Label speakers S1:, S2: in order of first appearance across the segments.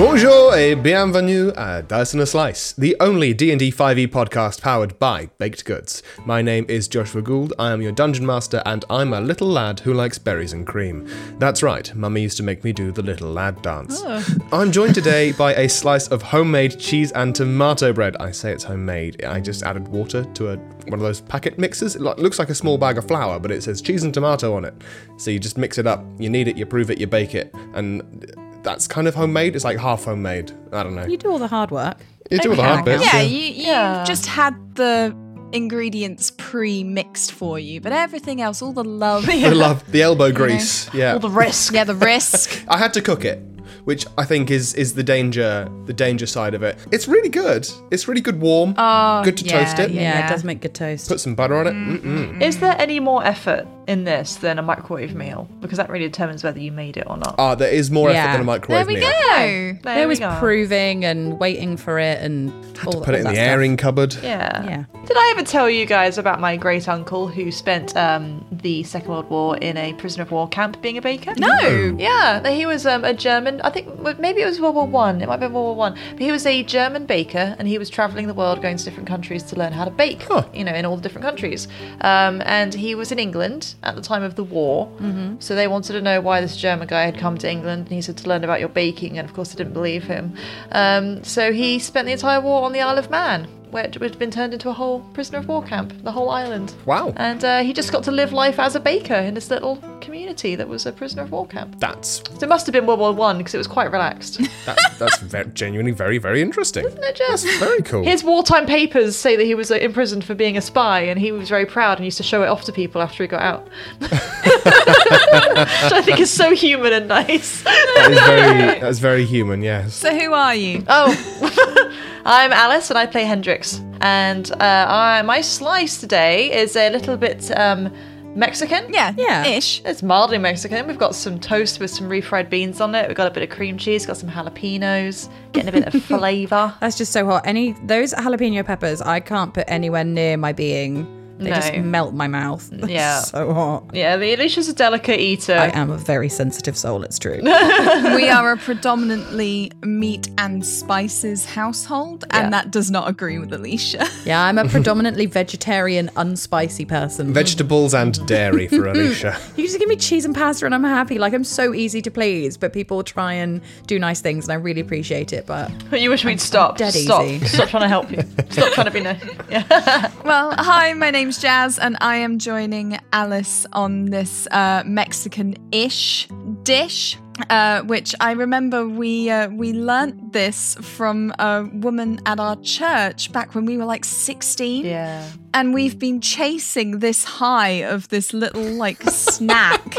S1: Hi, bienvenue à Dice and a Slice, the only D&D 5e E podcast powered by Baked Goods. My name is Joshua Gould, I am your Dungeon Master, and I'm a little lad who likes berries and cream. That's right, Mummy used to make me do the little lad dance. I'm joined today by a slice of homemade cheese and tomato bread. I say it's homemade, I just added water to a, one of those packet mixers. It lo- looks like a small bag of flour, but it says cheese and tomato on it. So you just mix it up, you knead it, you prove it, you bake it, and that's kind of homemade. It's like half homemade. I don't know.
S2: You do all the hard work.
S1: You do all the hard bits.
S3: Yeah,
S1: Yeah.
S3: you, you just had the ingredients pre-mixed for you, but everything else, all the love,
S1: The love, the elbow grease. Yeah.
S3: all the risk, yeah, the risk.
S1: I had to cook it, which I think is is the danger, the danger side of it. It's really good. It's really good warm.
S3: Oh,
S1: good to
S3: yeah,
S1: toast it.
S2: Yeah,
S3: Yeah.
S2: it does make good toast.
S1: Put some butter on it. Mm-mm.
S4: Is there any more effort in this than a microwave meal? Because that really determines whether you made it or not.
S1: Ah, there is more effort
S2: Yeah.
S1: than a
S3: there
S1: microwave
S3: we
S1: meal.
S3: go.
S4: There
S2: there
S4: we
S2: was
S4: go.
S2: proving and waiting for it and all
S1: Put it in
S2: all
S1: the
S2: that
S1: airing cupboard.
S4: Yeah.
S2: stuff. Yeah.
S4: Did I ever tell you guys about my great uncle who spent um, the Second World War in a prisoner of war camp being a baker?
S3: No.
S4: Yeah, that he was um, a German. I think well, maybe it was World War One. It might have been World War One. But he was a German baker, and he was traveling the world, going to different countries to learn how to bake. You know, in all the different countries. Um, and he was in England at the time of the war. Mm-hmm. So they wanted to know why this German guy had come to England, and he said to learn about your baking. And of course, they didn't believe him. Um, so he spent the entire war on the Isle of Man, where it had been turned into a whole prisoner of war camp, the whole island.
S1: Wow.
S4: And uh, he just got to live life as a baker in this little community that was a prisoner of war camp.
S1: That's
S4: So it must have been World War One because it was quite relaxed. Isn't
S1: that's that's ve- genuinely very very interesting.
S4: it just?
S1: Very cool.
S4: His wartime papers say that he was uh, imprisoned for being a spy, and he was very proud and used to show it off to people after he got out. Which I think is so human and nice.
S1: that is very that's very human. Yes.
S3: So who are you?
S4: Oh, I'm Alice, and I play Hendrix. And uh, I, my slice today is a little bit um, Mexican.
S3: Yeah,
S2: Yeah.
S3: ish.
S4: It's mildly Mexican. We've got some toast with some refried beans on it. We've got a bit of cream cheese, got some jalapenos, getting a bit of flavour.
S2: That's just so hot. Any those jalapeno peppers, I can't put anywhere near my being. They just
S4: No.
S2: melt my mouth. They're
S4: Yeah.
S2: so hot.
S4: Yeah, the Alicia's a delicate eater.
S2: I am a very sensitive soul. It's true.
S3: We are a predominantly meat and spices household, and that does not agree with Alicia.
S2: yeah, I'm a predominantly vegetarian, unspicy person.
S1: Vegetables and dairy for Alicia.
S2: you just give me cheese and pasta, and I'm happy. Like I'm so easy to please, but people try and do nice things, and I really appreciate it. But
S4: you wish we'd stop.
S2: dead
S4: Stop.
S2: easy.
S4: Stop trying to help you. Stop trying to be nice. Yeah.
S3: Well, hi, my name's Jazz, and I am joining Alice on this uh, Mexican-ish dish, uh, which I remember we uh, we learnt this from a woman at our church back when we were like sixteen,
S4: Yeah.
S3: and we've been chasing this high of this little like snack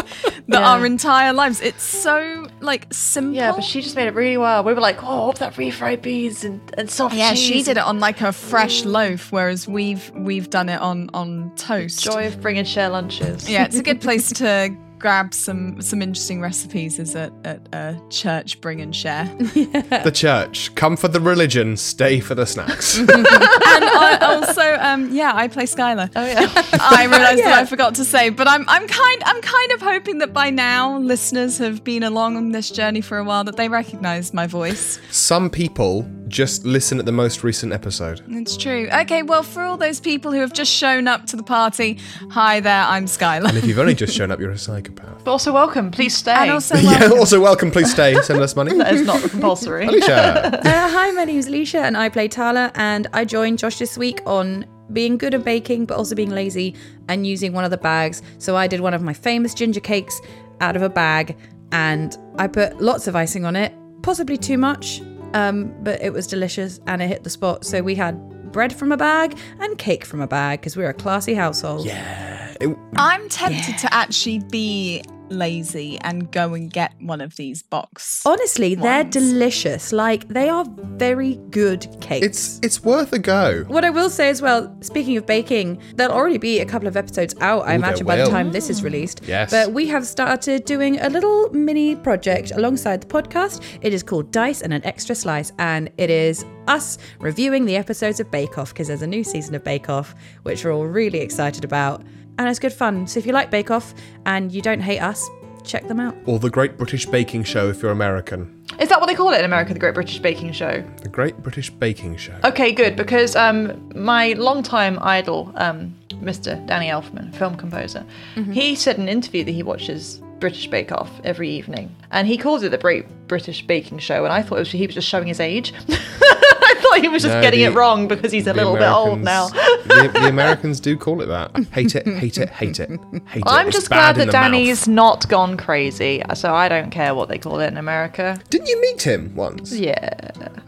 S3: that our entire lives. It's so like simple.
S4: Yeah, but she just made it really well. We were like, oh, what's that refried beans and, and soft
S3: Yeah,
S4: cheese.
S3: she did it on like a fresh loaf, whereas we've we've done it on on toast.
S4: Joy of bringing share lunches.
S3: yeah, it's a good place to grab some some interesting recipes is at, at uh, church bring and share. and
S1: the church. Come for the religion. Stay for the snacks.
S3: I Oh, also um, yeah, I play Skylar.
S4: Oh, yeah.
S3: I realised that I forgot to say, but I'm I'm kind I'm kind of hoping that by now listeners have been along on this journey for a while that they recognise my voice.
S1: Some people just listen at the most recent episode.
S3: It's true. Okay, well for all those people who have just shown up to the party, hi there, I'm Skylar.
S1: If you've only just shown up, you're a psychopath.
S4: But also welcome. Please stay.
S3: And also
S1: Yeah,
S3: welcome.
S1: also welcome, please stay. Send us money.
S4: that is not compulsory.
S1: Alicia.
S2: Uh, hi, my name's Alicia, and I play Tala. And I joined Josh this week on being good at baking, but also being lazy and using one of the bags. So I did one of my famous ginger cakes out of a bag, and I put lots of icing on it, possibly too much, um, but it was delicious and it hit the spot. So we had bread from a bag and cake from a bag because we're a classy household. Yeah.
S3: I'm tempted to actually be lazy and go and get one of these box.
S2: Honestly, they're
S3: Ones.
S2: delicious. Like they are very good cakes.
S1: It's it's worth a go.
S2: What I will say as well, speaking of baking, there'll already be a couple of episodes out, I
S1: Ooh,
S2: imagine,
S1: there
S2: by
S1: will.
S2: the time this is released.
S1: Yes.
S2: But we have started doing a little mini project alongside the podcast. It is called Dice and an Extra Slice, and it is us reviewing the episodes of Bake Off because there's a new season of Bake Off, which we're all really excited about. And it's good fun. So if you like Bake Off and you don't hate us, check them out.
S1: Or the Great British Baking Show if you're American.
S4: Is that what they call it in America, the Great British Baking Show?
S1: The Great British Baking Show.
S4: Okay, good, because um, my longtime idol, um, Mr. Danny Elfman, film composer, he said in an interview that he watches British Bake Off every evening, and he calls it the Great British Baking Show, and I thought it was, he was just showing his age. I thought he was just
S1: No,
S4: getting
S1: the-
S4: it wrong because he's a little bit old now.
S1: the, the Americans do call it that. I hate it, hate it, hate it, hate it.
S4: I'm
S1: It's
S4: just
S1: bad
S4: glad
S1: in
S4: that
S1: the mouth.
S4: Danny's not gone crazy, so I don't care what they call it in America.
S1: Didn't you meet him once?
S4: Yeah.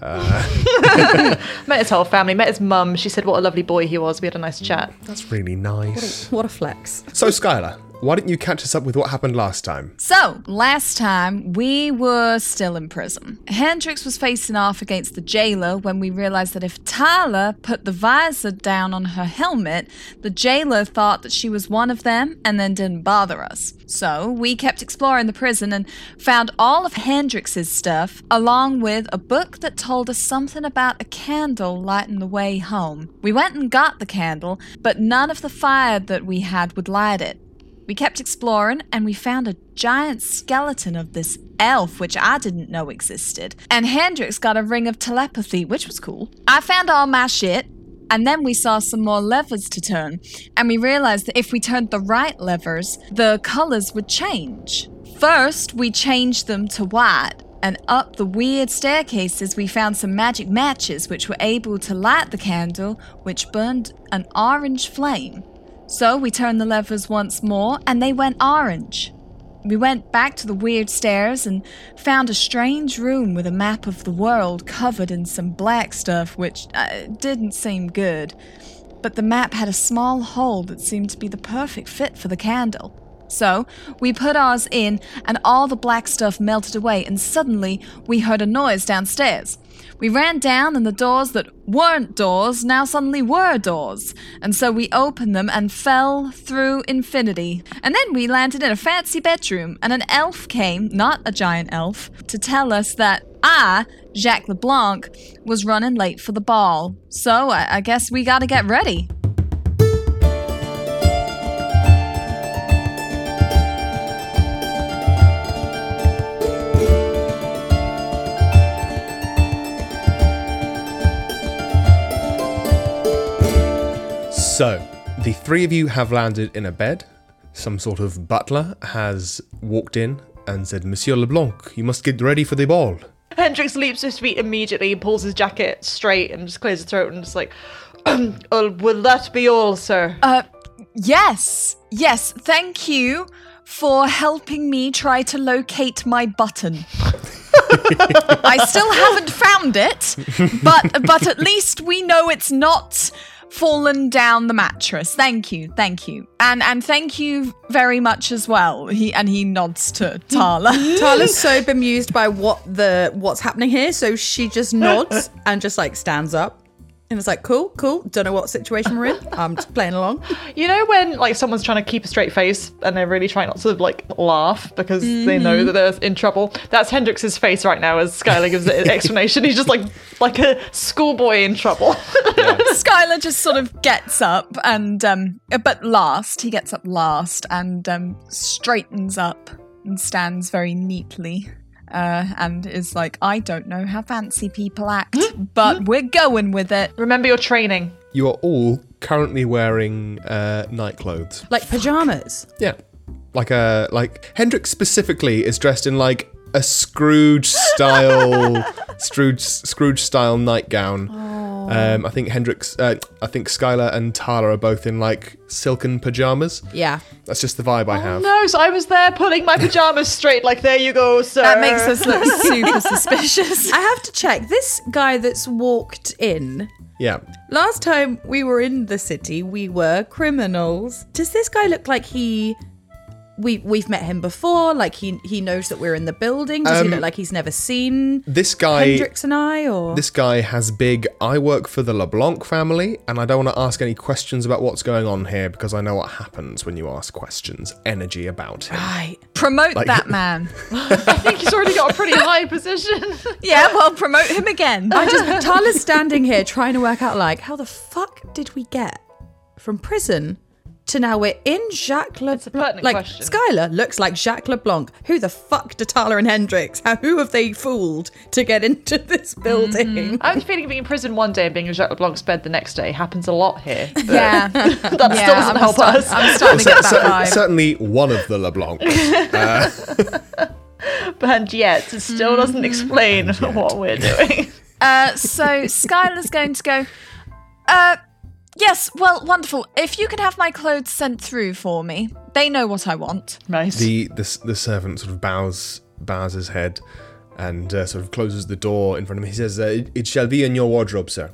S1: Uh.
S4: met his whole family, met his mum. She said what a lovely boy he was. We had a nice chat.
S1: That's really nice.
S2: What a flex.
S1: So, Skylar, why don't you catch us up with what happened last time?
S3: So, last time we were still in prison. Hendrix was facing off against the jailer when we realized that if Tyler put the visor down on her helmet, the jailer thought that she was one of them and then didn't bother us. So, we kept exploring the prison and found all of Hendrix's stuff along with a book that told us something about a candle lighting the way home. We went and got the candle, but none of the fire that we had would light it. We kept exploring and we found a giant skeleton of this elf, which I didn't know existed. And Hendrix got a ring of telepathy, which was cool. I found all my shit. And then we saw some more levers to turn, and we realized that if we turned the right levers, the colors would change. First, we changed them to white, and up the weird staircases, we found some magic matches which were able to light the candle, which burned an orange flame. So we turned the levers once more and they went orange. We went back to the weird stairs and found a strange room with a map of the world covered in some black stuff, which uh, didn't seem good. But the map had a small hole that seemed to be the perfect fit for the candle. So we put ours in, and all the black stuff melted away, and suddenly we heard a noise downstairs. We ran down, and the doors that weren't doors now suddenly were doors. And so we opened them and fell through infinity. And then we landed in a fancy bedroom, and an elf came, not a giant elf, to tell us that I, Jacques LeBlanc, was running late for the ball. So I, I guess we gotta get ready.
S1: So, the three of you have landed in a bed. Some sort of butler has walked in and said, Monsieur Leblanc, you must get ready for the ball.
S4: Hendrix leaps to his feet immediately, pulls his jacket straight, and just clears his throat and just like, oh, will that be all, sir?
S3: Uh, yes, yes, thank you for helping me try to locate my button. I still haven't found it, but but at least we know it's not fallen down the mattress. Thank you, thank you, and and thank you very much as well. He and he nods to Tala.
S2: Tala's so bemused by what the what's happening here, so she just nods and just like stands up. And it's like, cool, cool. Don't know what situation we're in. I'm just playing along.
S4: You know when like someone's trying to keep a straight face and they're really trying not to like laugh because they know that they're in trouble. That's Hendrix's face right now as Skylar gives the explanation. He's just like like a schoolboy in trouble.
S3: Skylar just sort of gets up and um but last he gets up last and um straightens up and stands very neatly uh and is like I don't know how fancy people act but we're going with it.
S4: Remember your training.
S1: You are all currently wearing uh, night clothes.
S2: Like pajamas.
S1: Yeah. Like a like Hendrix specifically is dressed in like a Scrooge style Scrooge Scrooge style nightgown. Um, I think Hendrix, uh, I think Skylar and Tala are both in like silken pajamas.
S2: Yeah.
S1: That's just the vibe I have.
S4: No, so I was there pulling my pajamas straight. Like there you go, sir.
S3: That makes us look super suspicious.
S2: I have to check. This guy that's walked in.
S1: Yeah,
S2: Last time we were in the city, we were criminals. Does this guy look like he we we've met him before? Like he he knows that we're in the building? Does he look like he's never seen
S1: this guy,
S2: Hendrix and I or
S1: this guy has big. I work for the LeBlanc family, and I don't want to ask any questions about what's going on here because I know what happens when you ask questions. Energy about
S5: Ah,
S1: him.
S2: right.
S3: Promote that man.
S4: I think he's already got a pretty high position.
S3: Yeah, well promote him again.
S2: I just Tala's standing here trying to work out like how the fuck did we get from prison to now we're in Jacques LeBlanc.
S4: pertinent
S2: Like
S4: question.
S2: Skylar looks like Jacques LeBlanc. Who the fuck Datala and Hendrix? How, who have they fooled to get into this
S4: Mm-hmm.
S2: building?
S4: I have a feeling being in prison one day and being in Jacques LeBlanc's bed the next day happens a lot here. but
S5: Yeah.
S4: that still doesn't
S5: I'm
S4: help
S5: start-
S4: us.
S5: I'm starting to get
S1: Cer-
S5: that vibe.
S1: certainly one of the LeBlancs. Uh,
S4: and yet, it still doesn't explain what we're doing.
S5: Uh, so Skylar's going to go. Uh, yes, well, wonderful. If you can have my clothes sent through for me, they know what I want.
S4: nice.
S1: the, the the servant sort of bows bows his head and uh, sort of closes the door in front of him. He says, uh, "It- "It shall be in your wardrobe, sir,"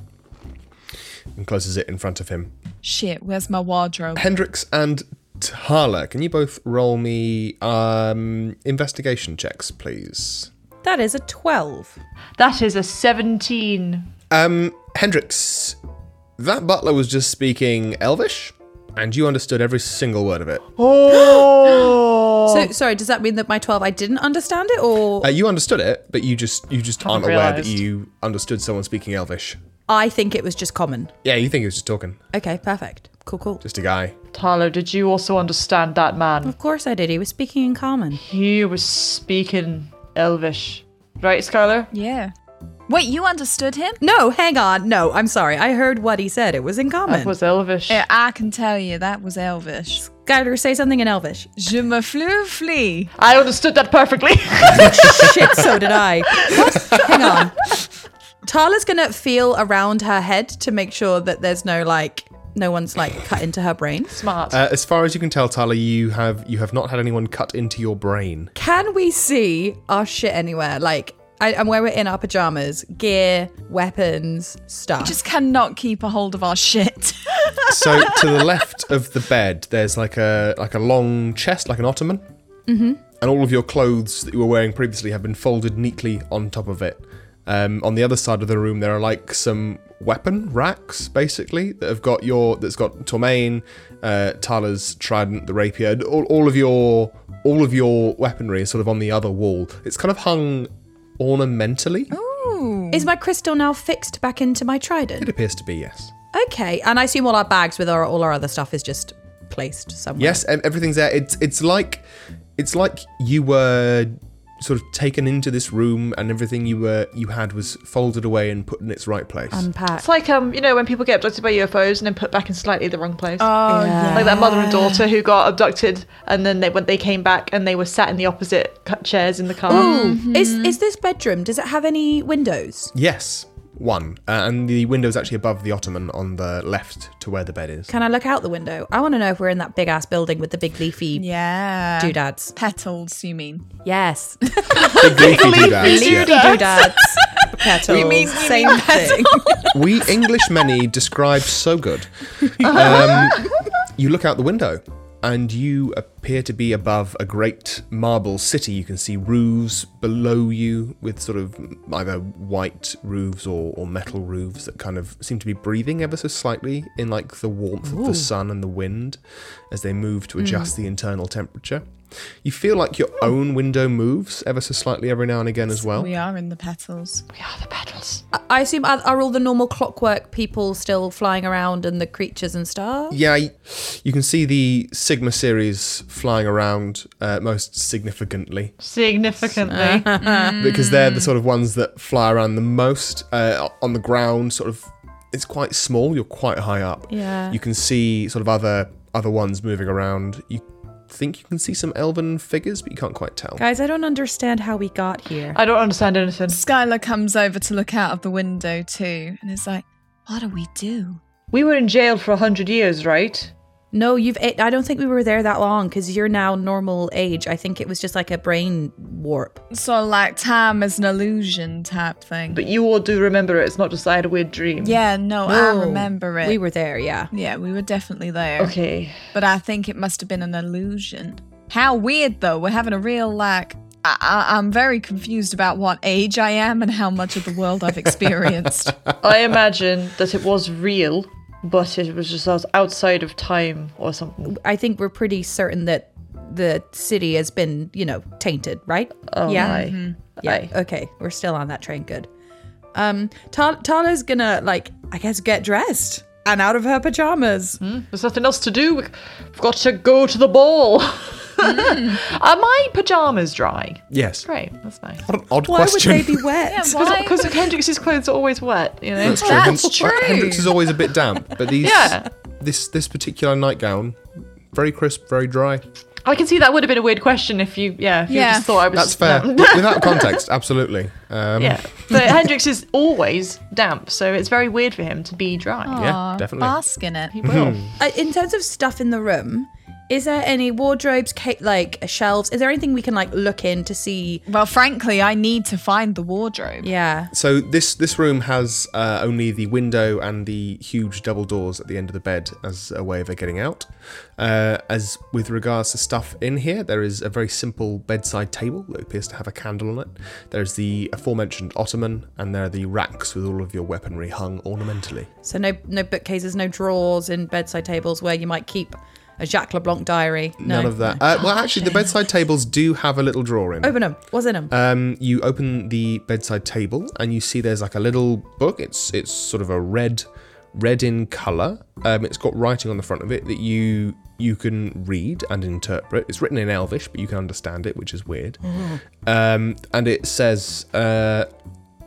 S1: and closes it in front of him.
S5: Shit, where's my wardrobe?
S1: Hendrix and Tala, can you both roll me um, investigation checks, please?
S2: That is a 12.
S4: that is a 17.
S1: Um, Hendrix, that butler was just speaking Elvish, and you understood every single word of it.
S4: Oh!
S2: So, sorry, does that mean that my 12, I didn't understand it? Or
S1: Uh, you understood it, but you just you just aren't
S4: Haven't
S1: aware that
S4: realised.
S1: you understood someone speaking Elvish.
S2: I think it was just common?
S1: Yeah, you think he was just talking,
S2: Okay, perfect. Cool, cool.
S1: just a guy.
S4: Talo, did you also understand that man?
S2: Of course I did. He was speaking in common.
S4: He was speaking Elvish. Right, Skylar?
S5: Yeah. Wait, you understood him?
S2: No, hang on. No, I'm sorry. I heard what he said. It was in common.
S4: That was Elvish.
S5: Yeah, I can tell you that was Elvish.
S2: Skylar, say something in Elvish.
S5: Je me flew flee.
S4: I understood that perfectly.
S2: Shit, so did I. Hang on. Tala's gonna feel around her head to make sure that there's no like no one's like cut into her brain.
S4: Smart.
S1: Uh, as far as you can tell, Tala, you have you have not had anyone cut into your brain.
S2: Can we see our shit anywhere? Like I, and where we're in our pajamas, gear, weapons, stuff.
S5: Just cannot keep a hold of our shit.
S1: So to the left of the bed, there's like a like a long chest, like an ottoman, mm-hmm. and all of your clothes that you were wearing previously have been folded neatly on top of it. Um, on the other side of the room, there are like some weapon racks, basically, that have got your that's got Tormain, uh, Tala's trident, the rapier, and all, all of your all of your weaponry is sort of on the other wall. It's kind of hung ornamentally.
S2: Is my crystal now fixed back into my
S1: It
S2: trident?
S1: appears to be yes.
S2: Okay, and I assume all our bags with our, all our other stuff is just placed somewhere.
S1: Yes, ev- everything's there. It's it's like it's like you were sort of taken into this room and everything you were you had was folded away and put in its right place.
S2: Unpacked.
S4: it's like, um, you know, when people get abducted by UFOs and then put back in slightly the wrong place.
S5: Oh,
S2: yeah.
S4: like that mother and daughter who got abducted and then they when they came back and they were sat in the opposite cu- chairs in the car
S2: Ooh, is is this bedroom? Does it have any windows?
S1: yes, one. Uh, and the window's actually above the ottoman on the left to where the bed is.
S2: Can I look out the window? I want to know if we're in that big ass building with the big leafy
S5: Yeah.
S2: doodads.
S5: Petals, you mean?
S2: Yes.
S1: Big leafy doodads,
S2: Leafy
S1: yeah.
S2: doodads. Petals.
S5: mean- you
S2: Same
S5: mean
S2: thing.
S1: We English many describe so good. Um, you look out the window and you appear to be above a great marble city. You can see roofs below you with sort of either white roofs or, or metal roofs that kind of seem to be breathing ever so slightly in like the warmth of the sun and the wind as they move to adjust the internal temperature. You feel like your own window moves ever so slightly every now and again as well.
S5: We are in the petals.
S4: we are the petals
S2: I assume are, are all the normal clockwork people still flying around and the creatures and stuff?
S1: Yeah, y- you can see the Sigma series flying around uh, most significantly
S4: significantly
S1: because they're
S2: Mm.
S1: the sort of ones that fly around the most uh, on the ground. Sort of, it's quite small. You're quite high up.
S2: Yeah.
S1: you can see sort of other other ones moving around. You think you can see some elven figures, but you can't quite tell.
S2: Guys, I don't understand how we got here.
S4: i don't understand anything
S5: Skylar comes over to look out of the window too, and is like, "What do we do?"
S4: we were in jail for 100 years right
S2: No, you've. It, I don't think we were there that long because you're now normal age. I think it was just like a brain warp.
S5: Sort of like time is an illusion type thing.
S4: but you all do remember it it's not just i had a weird dream
S5: yeah, no, I remember it.
S2: Oh, We were there, yeah.
S5: yeah, we were definitely there.
S4: okay
S5: But I think it must have been an illusion. How weird though. We're having a real like. I- I- I'm very confused about what age I am and how much of the world I've experienced.
S4: i imagine that it was real but it was just out- outside of time or something
S2: I think we're pretty certain that the city has been, you know, tainted, right?
S4: oh
S2: yeah.
S4: my
S2: Mm-hmm. Yeah.
S4: Aye.
S2: Okay. We're still on that train. Good. Um, Ta- Tala's gonna like, I guess, get dressed and out of her pajamas.
S4: There's nothing else to do. We've got to go to the ball.
S2: Mm.
S4: Are my pajamas dry?
S1: Yes.
S4: Great, that's nice.
S1: What an odd
S2: Why
S1: question.
S2: would they be wet?
S5: Why?
S4: Because Hendrix's clothes are always wet, you know.
S1: That's true.
S5: That's
S1: Hen-
S5: true.
S1: Hendrix is always a bit damp, but these
S4: Yeah.
S1: this this particular nightgown, very crisp, very dry.
S4: I can see that would have been a weird question if you, yeah, if you
S5: Yeah.
S4: just thought I was.
S1: That's
S4: just-
S1: fair.
S4: no.
S1: Wi- Without context, absolutely. Um,
S4: Yeah, but Hendrix is always damp, so it's very weird for him to be dry.
S1: Yeah,
S5: Aw,
S1: definitely.
S5: Bask in it.
S4: He will.
S1: Mm-hmm.
S2: Uh, in terms of stuff in the room, is there any wardrobes, ca- like shelves? Is there anything we can like look in to see?
S5: Well, frankly, I need to find the wardrobe.
S2: Yeah.
S1: So this this room has uh, only the window and the huge double doors at the end of the bed as a way of it getting out. Uh, as with regards to stuff in here, there is a very simple bedside table that appears to have a candle on it. There's the aforementioned ottoman, and there are the racks with all of your weaponry hung ornamentally.
S2: So no, no bookcases, no drawers in bedside tables where you might keep a Jacques LeBlanc diary. No.
S1: None of that. Uh, well, actually, the bedside tables do have a little drawer in.
S2: Open them. What's in them?
S1: Um, you open the bedside table and you see there's like a little book. It's it's sort of a red, red in color. Um, it's got writing on the front of it that you you can read and interpret. It's written in Elvish, but you can understand it, which is weird. Um, and it says uh,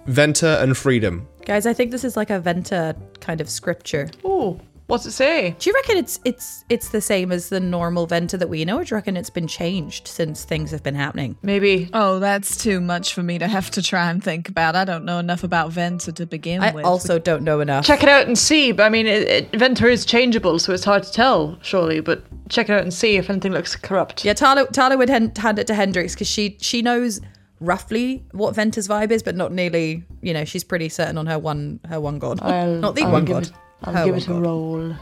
S1: Venter and freedom.
S2: Guys, I think this is like a Venta kind of scripture.
S4: Ooh, what's it say?
S2: Do you reckon it's it's it's the same as the normal Venta that we know, or do you reckon it's been changed since things have been happening?
S4: Maybe.
S5: Oh, that's too much for me to have to try and think about. I don't know enough about Venta to begin
S2: I
S5: with.
S2: also don't know enough.
S4: Check it out and see. But I mean, it, it, Venter is changeable, so it's hard to tell, surely. But check it out and see if anything looks corrupt.
S2: Yeah, Tala, Tala would hand, hand it to Hendrix because she she knows roughly what Venta's vibe is, but not nearly. You know, she's pretty certain on her one her one god, not the one
S4: give
S2: god.
S4: it, I'll
S2: Her
S4: give
S2: one
S4: it a
S2: god.
S4: roll.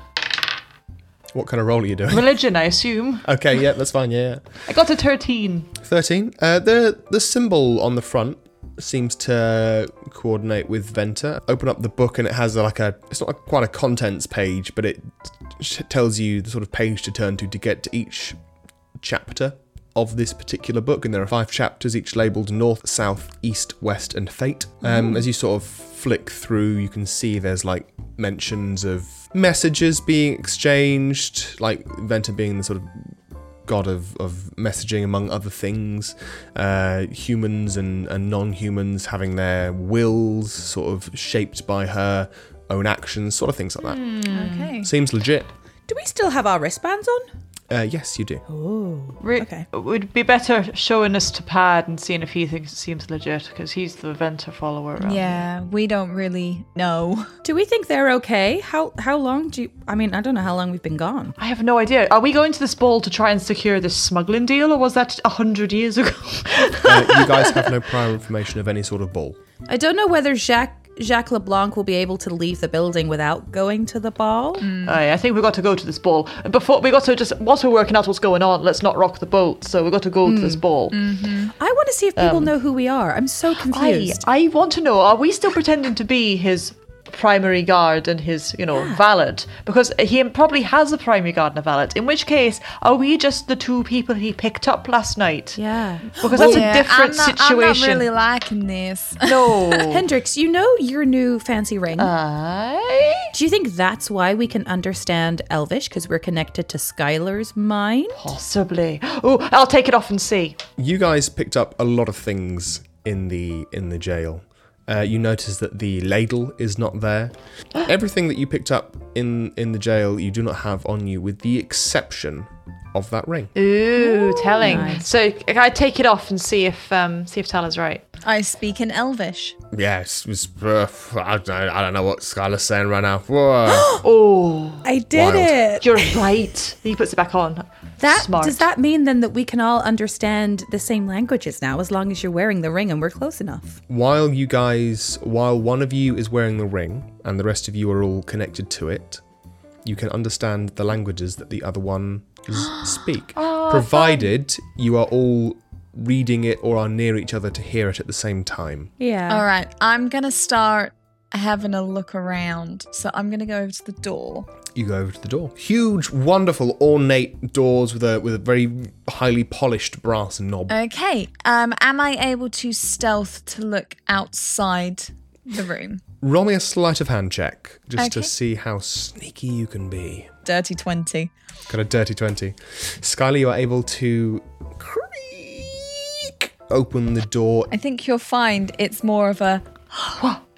S1: What kind of role are you doing?
S4: Religion, I assume.
S1: okay, yeah, that's fine. Yeah,
S4: I got to 13.
S1: thirteen. Uh, the the symbol on the front seems to coordinate with Venter. Open up the book and it has like a it's not like quite a contents page, but it sh- tells you the sort of page to turn to to get to each chapter of this particular book and there are five chapters each labeled north south east west and fate um, as you sort of flick through you can see there's like mentions of messages being exchanged like venter being the sort of god of, of messaging among other things uh, humans and, and non-humans having their wills sort of shaped by her own actions sort of things like that
S5: okay.
S1: seems legit
S2: Do we still have our wristbands on?
S1: uh, yes you do
S4: Re-
S2: Okay.
S4: It would be better showing us to Pad and seeing if he thinks it seems legit, because he's the Venter follower. Around.
S5: Yeah, we don't really know.
S2: Do we think they're okay? How how long do you? I mean, I don't know how long we've been gone.
S4: I have no idea. Are we going to this ball to try and secure this smuggling deal, or was that a hundred years ago?
S1: uh, you guys have no prior information of any sort of ball
S2: I don't know whether Jacques Jacques LeBlanc will be able to leave the building without going to the ball.
S4: Aye, I think we got to go to this ball. Before we got to just whilst we're working out what's going on, let's not rock the boat. So we got to go to this ball.
S2: I want to see if people know who we are. I'm so
S4: I
S2: confused.
S4: I want to know: Are we still pretending to be his primary guard and his, you know, valet? Because he probably has a primary guard and a valet. In which case, are we just the two people he picked up last night?
S2: yeah.
S4: Because that's
S5: Yeah,
S4: a different
S5: I'm not, I'm not
S4: situation.
S5: really liking this.
S4: No.
S2: Hendrix, you know your new fancy ring.
S4: Uh, I
S2: Do you think that's why we can understand Elvish? Because we're connected to Skylar's mind?
S4: possibly. Oh, I'll take it off and see.
S1: you guys picked up a lot of things in the in the jail. Uh, you notice that the ladle is not there. Everything that you picked up in in the jail, you do not have on you, with the exception of that ring.
S4: Ooh, telling.
S2: nice.
S4: So I take it off and see if um see if Tala's right.
S5: I speak in Elvish.
S1: Yes, it was, uh, I, don't know, I don't know what Skylar's saying right now. Whoa.
S4: Oh,
S2: I
S1: Wild.
S2: did it.
S4: you're right. He puts it back on.
S2: That
S4: Smart.
S2: does that mean then that we can all understand the same languages now as long as you're wearing the ring and we're close enough?
S1: while you guys, while one of you is wearing the ring and the rest of you are all connected to it, you can understand the languages that the other one speak, provided you are all reading it or are near each other to hear it at the same time.
S2: Yeah.
S5: All right, I'm gonna start having a look around. So I'm gonna go over to the door.
S1: You go over to the door. Huge, wonderful, ornate doors with a with a very highly polished
S3: Uh.
S1: brass knob.
S5: Okay. Um, am I able to stealth to look outside the room.
S1: Roll me a sleight of hand check just to
S5: Okay.
S1: see how sneaky you can be.
S3: Dirty 20.
S1: Got a dirty 20. Skylar, you are able to creak open the door.
S3: I think you'll find it's more of a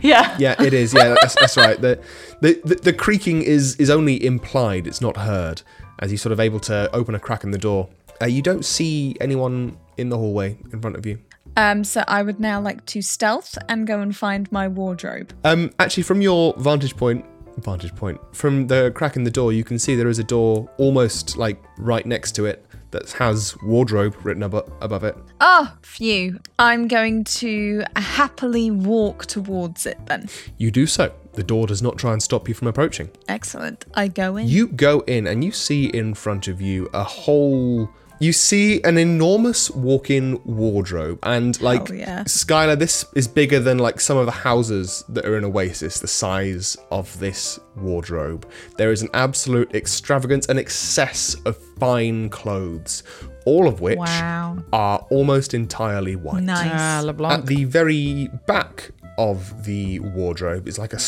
S4: Yeah.
S1: Yeah, it is. Yeah, that's, that's right. The, the, the, the creaking is, is only implied, it's not heard, as you're sort of able to open a crack in the door. Uh, you don't see anyone in the hallway in front of you.
S5: Um, so I would now like to stealth and go and find my wardrobe.
S1: Um, actually, from your vantage point, vantage point, from the crack in the door, you can see there is a door almost like right next to it that has wardrobe written abo- above it.
S5: Oh, phew. I'm going to happily walk towards it then.
S1: You do so. The door does not try and stop you from approaching.
S5: Excellent. I go in.
S1: You go in and you see in front of you a whole. You see an enormous walk in wardrobe. And like,
S5: Oh, yeah.
S1: Skylar, this is bigger than like some of the houses that are in Oasis, the size of this wardrobe. There is an absolute extravagance, an excess of fine clothes, all of which
S5: Wow.
S1: are almost entirely white.
S2: Ah,
S3: nice.
S2: LeBlanc.
S1: At the very back of the wardrobe is like a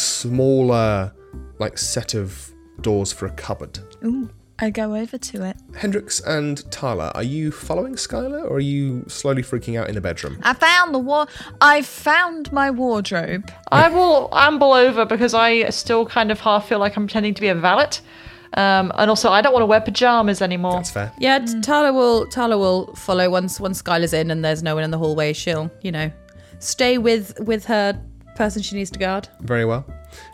S1: smaller, like set of doors for a cupboard.
S5: Ooh, I go over to it.
S1: Hendrix and Tala, are you following Skylar or are you slowly freaking out in the bedroom?
S5: I found the war. I found my wardrobe.
S4: I will amble over because I still kind of half feel like I'm pretending to be a valet. Um, and also, I don't want to wear pajamas anymore.
S1: That's fair.
S2: Yeah, t- Tala will Tala will follow once once Skylar's in and there's no one in the hallway. She'll you know stay with with her person she needs to guard.
S1: Very well.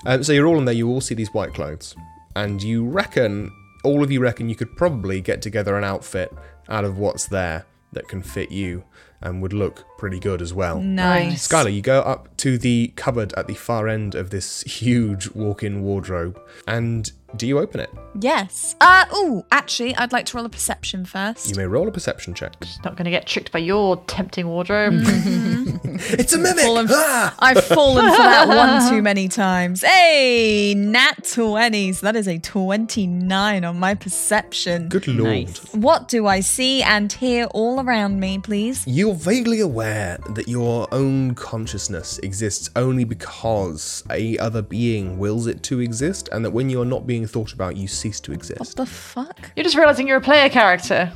S1: Um, so you're all in there, you all see these white clothes, and you reckon, all of you reckon you could probably get together an outfit out of what's there that can fit you and would look pretty good as well.
S3: Nice.
S1: Skylar, you go up to the cupboard at the far end of this huge walk in wardrobe, and do you open it?
S5: Yes. Uh, ooh, actually, I'd like to roll a perception first.
S1: You may roll a perception check.
S4: Just not going to get tricked by your tempting wardrobe.
S1: It's a mimic! Ah!
S3: I've fallen for that one too many times. Hey, nat 20s. That is a 29 on my perception.
S1: Good lord.
S3: What do I see and hear all around me, please?
S1: You're vaguely aware that your own consciousness exists only because a other being wills it to exist, and that when you are not being thought about, you cease to exist.
S3: The fuck?
S4: You're just realizing you're a player character.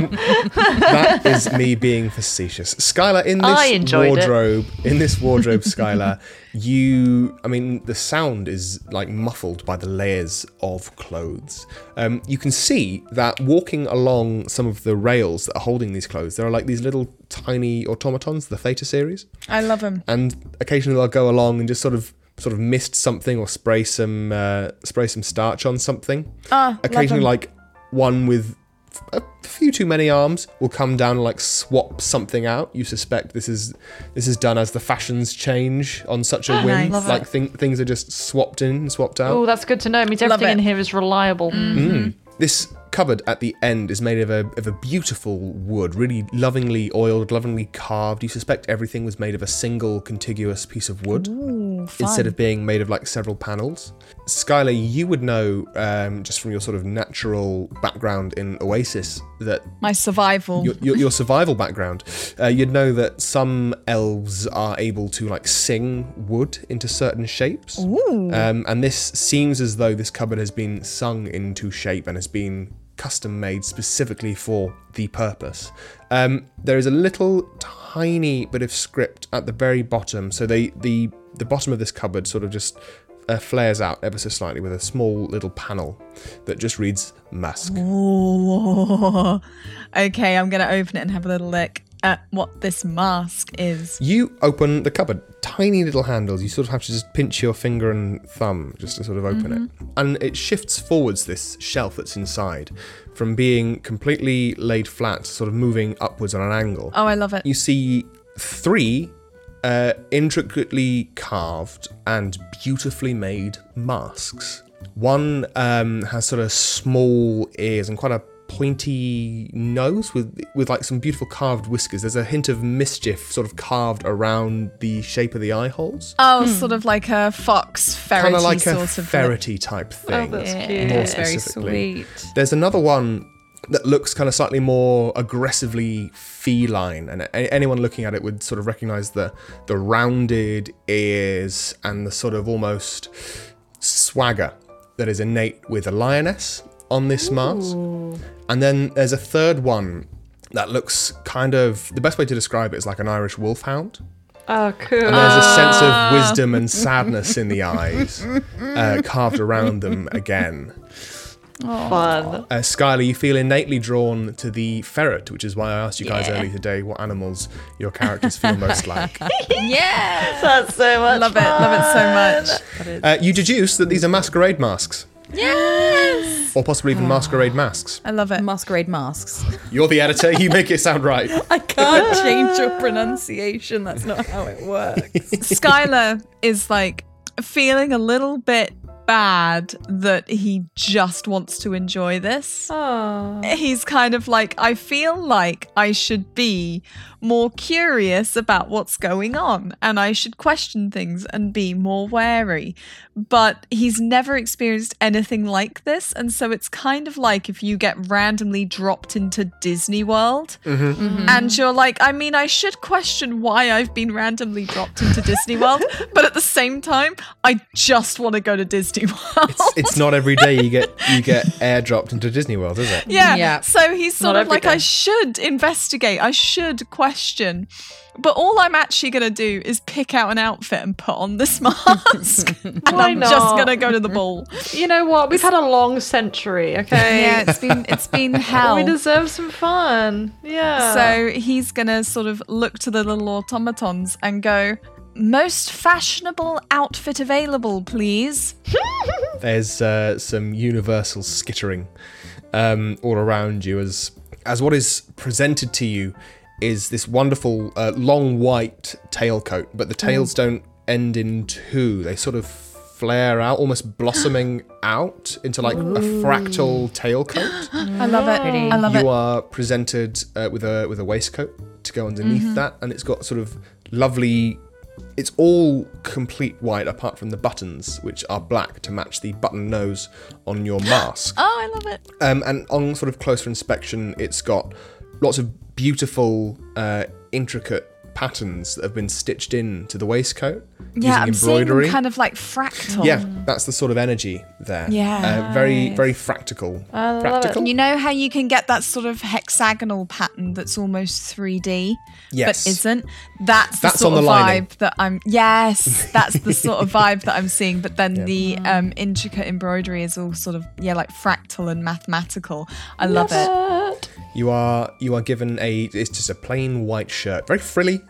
S1: that is me being facetious. Skylar, in
S4: I
S1: this
S4: enjoyed it.
S1: wardrobe, in this wardrobe, Skylar, you, I mean, the sound is like muffled by the layers of clothes. Um, you can see that walking along some of the rails that are holding these clothes, there are like these little tiny automatons, the Theta series
S3: I love him.
S1: and occasionally they'll go along and just sort of sort of mist something or spray some uh, spray some starch on something.
S3: Ah,
S1: occasionally,
S3: love
S1: like one with a few too many arms will come down and like swap something out. You suspect this is this is done as the fashions change on such a whim.
S3: Ah, Love
S1: Like thing, things are just swapped in and swapped out.
S4: Oh, that's good to know. It Mm. means everything in
S3: it.
S4: here is reliable.
S1: Mm-hmm. This cupboard at the end is made of a, of a beautiful wood, really lovingly oiled, lovingly carved. You suspect everything was made of a single contiguous piece of wood instead of being made of like several panels. Skylar, you would know um, just from your sort of natural background in Oasis that
S3: My survival.
S1: your, your, your survival background, uh, you'd know that some elves are able to like sing wood into certain shapes. Um, and this seems as though this cupboard has been sung into shape and has been custom made specifically for the purpose. Um, there is a little tiny bit of script at the very bottom. So they, the, the bottom of this cupboard sort of just uh, flares out ever so slightly with a small little panel that just reads Musk.
S3: Ooh. Okay, I'm going to open it and have a little look at what this mask is.
S1: You open the cupboard, tiny little handles. You sort of have to just pinch your finger and thumb just to sort of open it. And it shifts forwards this shelf that's inside from being completely laid flat, to sort of moving upwards on an angle.
S3: Oh, I love it.
S1: You see three uh, intricately carved and beautifully made masks. One um, has sort of small ears and quite a pointy nose with with like some beautiful carved whiskers. There's a hint of mischief sort of carved around the shape of the eye holes.
S3: Oh, sort of like a fox ferrety
S1: Kind of like
S3: sort
S1: a
S3: of.
S1: ferrety type thing.
S4: Oh, that's
S1: More
S4: cute.
S2: It's very
S1: specifically.
S2: sweet.
S1: There's another one that looks kind of slightly more aggressively feline, and a- anyone looking at it would sort of recognize the the rounded ears and the sort of almost swagger that is innate with a lioness on this Mars. And then there's a third one that looks kind of the best way to describe it is like an Irish wolfhound.
S4: Oh, cool.
S1: And there's a sense of wisdom and sadness in the eyes uh, carved around them again.
S4: Oh. Fun.
S1: Uh, Skylar, you feel innately drawn to the ferret, which is why I asked you guys earlier today what animals your characters feel most like.
S3: Yeah.
S4: That's so much
S3: Love it. Love it so much.
S1: Uh, you deduce that these are masquerade masks,
S3: Yes. Ah.
S1: or possibly even masquerade masks.
S3: I love it.
S2: Masquerade masks.
S1: You're the editor, you make it sound right.
S2: I can't change your pronunciation. That's not how it works.
S3: Skylar is like feeling a little bit bad that he just wants to enjoy this. He's kind of like, I feel like I should be more curious about what's going on and I should question things and be more wary. But he's never experienced anything like this. And so it's kind of like if you get randomly dropped into Disney World and you're like, I mean, I should question why I've been randomly dropped into Disney World, but at the same time, I just want to go to Disney World.
S1: It's, it's not every day you get you get airdropped into Disney World, is it?
S3: Yeah.
S2: Yeah.
S3: So he's sort
S4: Not
S3: of
S4: every
S3: like,
S4: day.
S3: I should investigate. I should question. But all I'm actually going to do is pick out an outfit and put on this mask. and
S4: Why
S3: I'm just
S4: not?
S3: going to go to the ball.
S4: You know what? We've had a long century, okay?
S3: Yeah, it's been it's been hell.
S4: We deserve some fun. Yeah.
S3: So he's gonna sort of look to the little automatons and go, most fashionable outfit available, please.
S1: There's uh, some universal skittering um, all around you as as what is presented to you is this wonderful uh, long white tailcoat, but the tails don't end in two; they sort of flare out, almost blossoming out into like a fractal tailcoat.
S3: I love it. I love
S1: you
S3: it.
S1: are presented uh, with a with a waistcoat to go underneath
S3: Mm-hmm.
S1: that, and it's got sort of lovely. It's all complete white apart from the buttons, which are black to match the button nose on your mask.
S3: Oh, I love it.
S1: Um, and on sort of closer inspection, it's got lots of beautiful, uh, intricate patterns that have been stitched in to the waistcoat
S3: Yeah, I'm
S1: using embroidery.
S3: seeing kind of like fractal.
S1: yeah, that's the sort of energy there.
S3: Yeah.
S1: uh, very very practical. practical.
S3: You know how you can get that sort of hexagonal pattern that's almost 3D,
S1: Yes.
S3: but isn't? That's the
S1: That's
S3: sort
S1: on
S3: of
S1: the lining.
S3: vibe that I'm. Yes, that's the sort of vibe that I'm seeing. But then the um, intricate embroidery is all sort of yeah, like fractal and mathematical. I love it.
S1: You are you are given a it's just a plain white shirt, very frilly,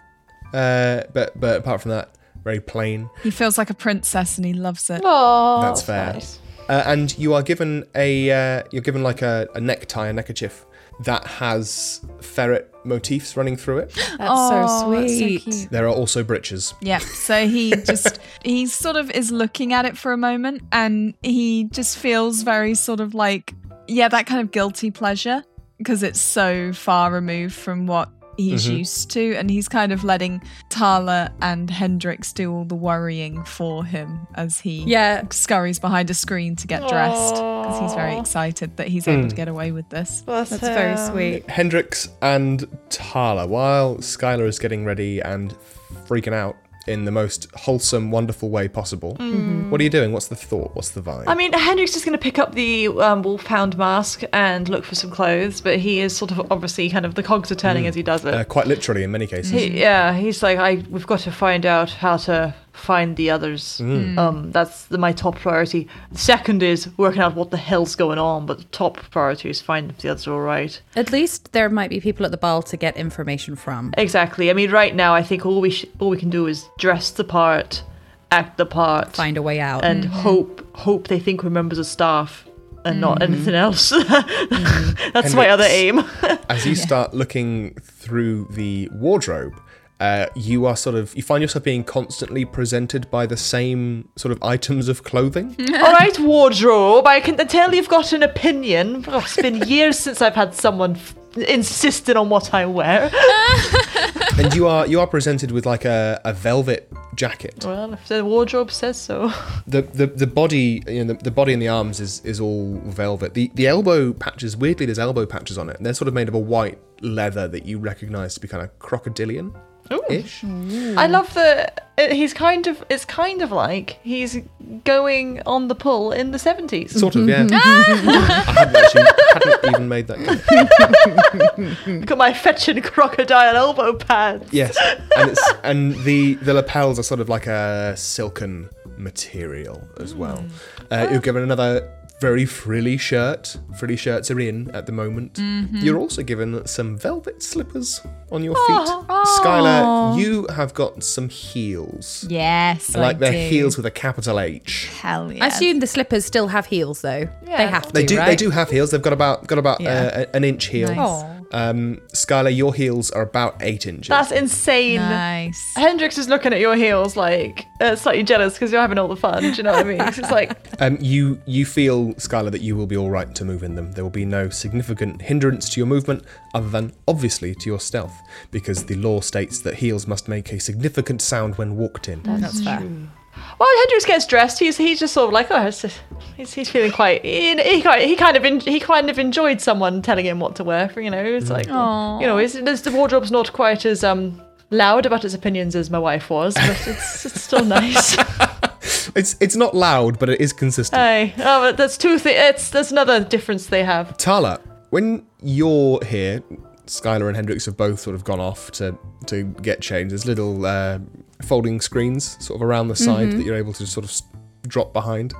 S1: uh, but but apart from that, very plain.
S3: He feels like a princess and he loves it.
S4: Aw,
S1: That's fair.
S4: Oh, nice.
S1: Uh, and you are given a uh, you're given like a, a necktie, a neckerchief that has ferret motifs running through it.
S2: That's so sweet.
S1: There are also breeches.
S3: Yeah. So he just he sort of is looking at it for a moment and he just feels very sort of like yeah, that kind of guilty pleasure because it's so far removed from what he's used to and he's kind of letting Tala and Hendrix do all the worrying for him as he
S2: Yeah.
S3: scurries behind a screen to get dressed because he's very excited that he's able to get away with this. Um,
S4: Bless
S2: That's very
S4: him.
S2: sweet.
S1: Hendrix and Tala, while Skylar is getting ready and freaking out in the most wholesome, wonderful way possible, what are you doing? What's the thought? What's the vibe?
S4: Mm-hmm. I mean, Hendrik's just going to pick up the um, wolfhound mask and look for some clothes, but he is sort of obviously kind of the cogs are turning as he does it.
S1: uh, quite literally, in many cases.
S4: He- yeah, he's like, I we've got to find out how to find the others. Um, that's the, my top priority. Second is working out what the hell's going on, but the top priority is find if the others are all right.
S2: At least there might be people at the ball to get information from.
S4: Exactly. I mean, right now, I think all we sh- all we can do is dress the part, act the part,
S2: Find a way out.
S4: and hope hope they think we're members of staff and not anything else. That's my other aim.
S1: As you start looking through the wardrobe, uh, you are sort of you find yourself being constantly presented by the same sort of items of clothing.
S4: All right, wardrobe. I can tell you've got an opinion. Oh, it's been years since I've had someone f- insisting on what I wear.
S1: and you are you are presented with like a, a velvet jacket.
S4: Well, if the wardrobe says so.
S1: The, the the body you know the, the body and the arms is is all velvet. The the elbow patches weirdly there's elbow patches on it. They're sort of made of a white leather that you recognise to be kind of crocodilian. Ish.
S4: I love that it- he's kind of. It's kind of like he's going on the pull in the seventies.
S1: Sort of, yeah. I hadn't actually hadn't even made that connection.
S4: Got my fetching crocodile elbow pads.
S1: Yes, and it's and the the lapels are sort of like a silken material as well. Uh, you're given another very frilly shirt. Frilly shirts are in at the moment. You're also given some velvet slippers on your feet. Skylar, you have got some heels.
S3: Yes.
S1: like
S3: I
S1: they're
S3: do.
S1: heels with a capital H.
S3: Hell yeah.
S2: I assume the slippers still have heels though. They have to.
S1: They do.
S2: Right?
S1: They do have heels. They've got about got about
S3: Yeah. Oh.
S1: uh, an inch heel.
S3: Nice. Aw.
S1: Um, Skylar, your heels are about eight inches.
S4: That's insane.
S3: nice.
S4: Hendrix is looking at your heels like uh, slightly jealous because you're having all the fun. Do you know what I mean? 'Cause It's like
S1: Um, you you feel, Skylar, that you will be all right to move in them. There will be no significant hindrance to your movement, other than obviously to your stealth, because the law states that heels must make a significant sound when walked in.
S2: That's fair.
S4: Well, Hendrix gets dressed. He's he's just sort of like, oh, it's just, he's, he's feeling quite. He, he quite- he kind of en- he kind of enjoyed someone telling him what to wear. You know, it's
S2: Mm-hmm.
S4: like you know, it's, it's, the wardrobe's not quite as um loud about its opinions as my wife was, but it's, it's still nice.
S1: It's it's not loud, but it is consistent.
S4: Aye, oh, but that's two thi- It's that's another difference they have.
S1: Tala, when you're here, Skylar and Hendrix have both sort of gone off to to get changed. There's little uh, folding screens sort of around the side that you're able to sort of s- drop behind.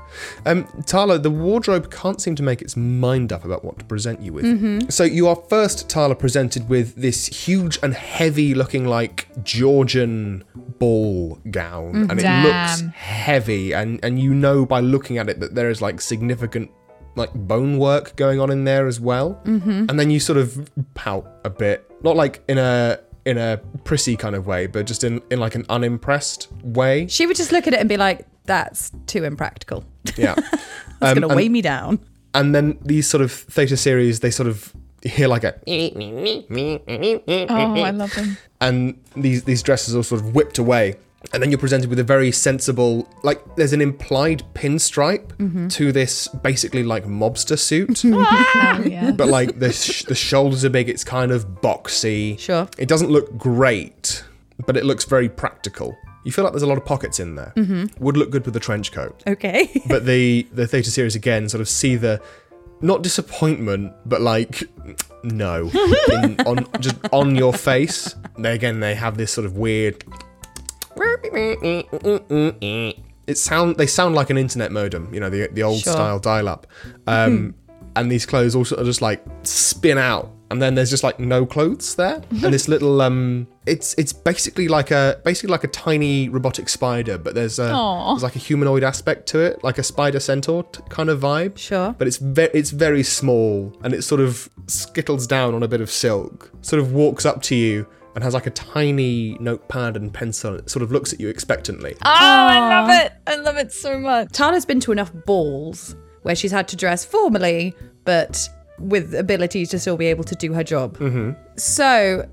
S1: Um, Tala, the wardrobe can't seem to make its mind up about what to present you with. So you are first, Tala, presented with this huge and heavy looking like Georgian ball gown. And it
S3: Damn.
S1: looks heavy and, and you know by looking at it that there is like significant like bone work going on in there as well. Mm-hmm. And then you sort of pout a bit. Not like in a in a prissy kind of way, but just in, in like an unimpressed way.
S2: She would just look at it and be like, "That's too impractical.
S1: Yeah.
S2: It's
S1: Um,
S2: gonna
S1: and-
S2: weigh me down."
S1: and then these sort of theta series they sort of hear like a
S3: Oh, I love them.
S1: and these these dresses are sort of whipped away and then you're presented with a very sensible like there's an implied pinstripe to this basically like mobster suit
S3: Hell yeah.
S1: but like the, sh- the shoulders are big it's kind of boxy
S2: Sure.
S1: it doesn't look great but it looks very practical you feel like there's a lot of pockets in there would look good with a trench coat
S2: Okay.
S1: but the the theatre series again sort of see the not disappointment but like no in, on just on your face they, again they have this sort of weird it sound they sound like an internet modem you know the, the old
S2: Sure.
S1: style dial up um, and these clothes also are just like spin out and then there's just like no clothes there and this little um it's it's basically like a basically like a tiny robotic spider but there's a
S3: Aw.
S1: there's like a humanoid aspect to it like a spider centaur t- kind of vibe
S2: Sure.
S1: but it's very it's very small and it sort of skittles down on a bit of silk sort of walks up to you and has like a tiny notepad and pencil and it sort of looks at you expectantly
S3: Oh, I love it. I love it so much.
S2: Tana's been to enough balls where she's had to dress formally, but with abilities to still be able to do her job. So,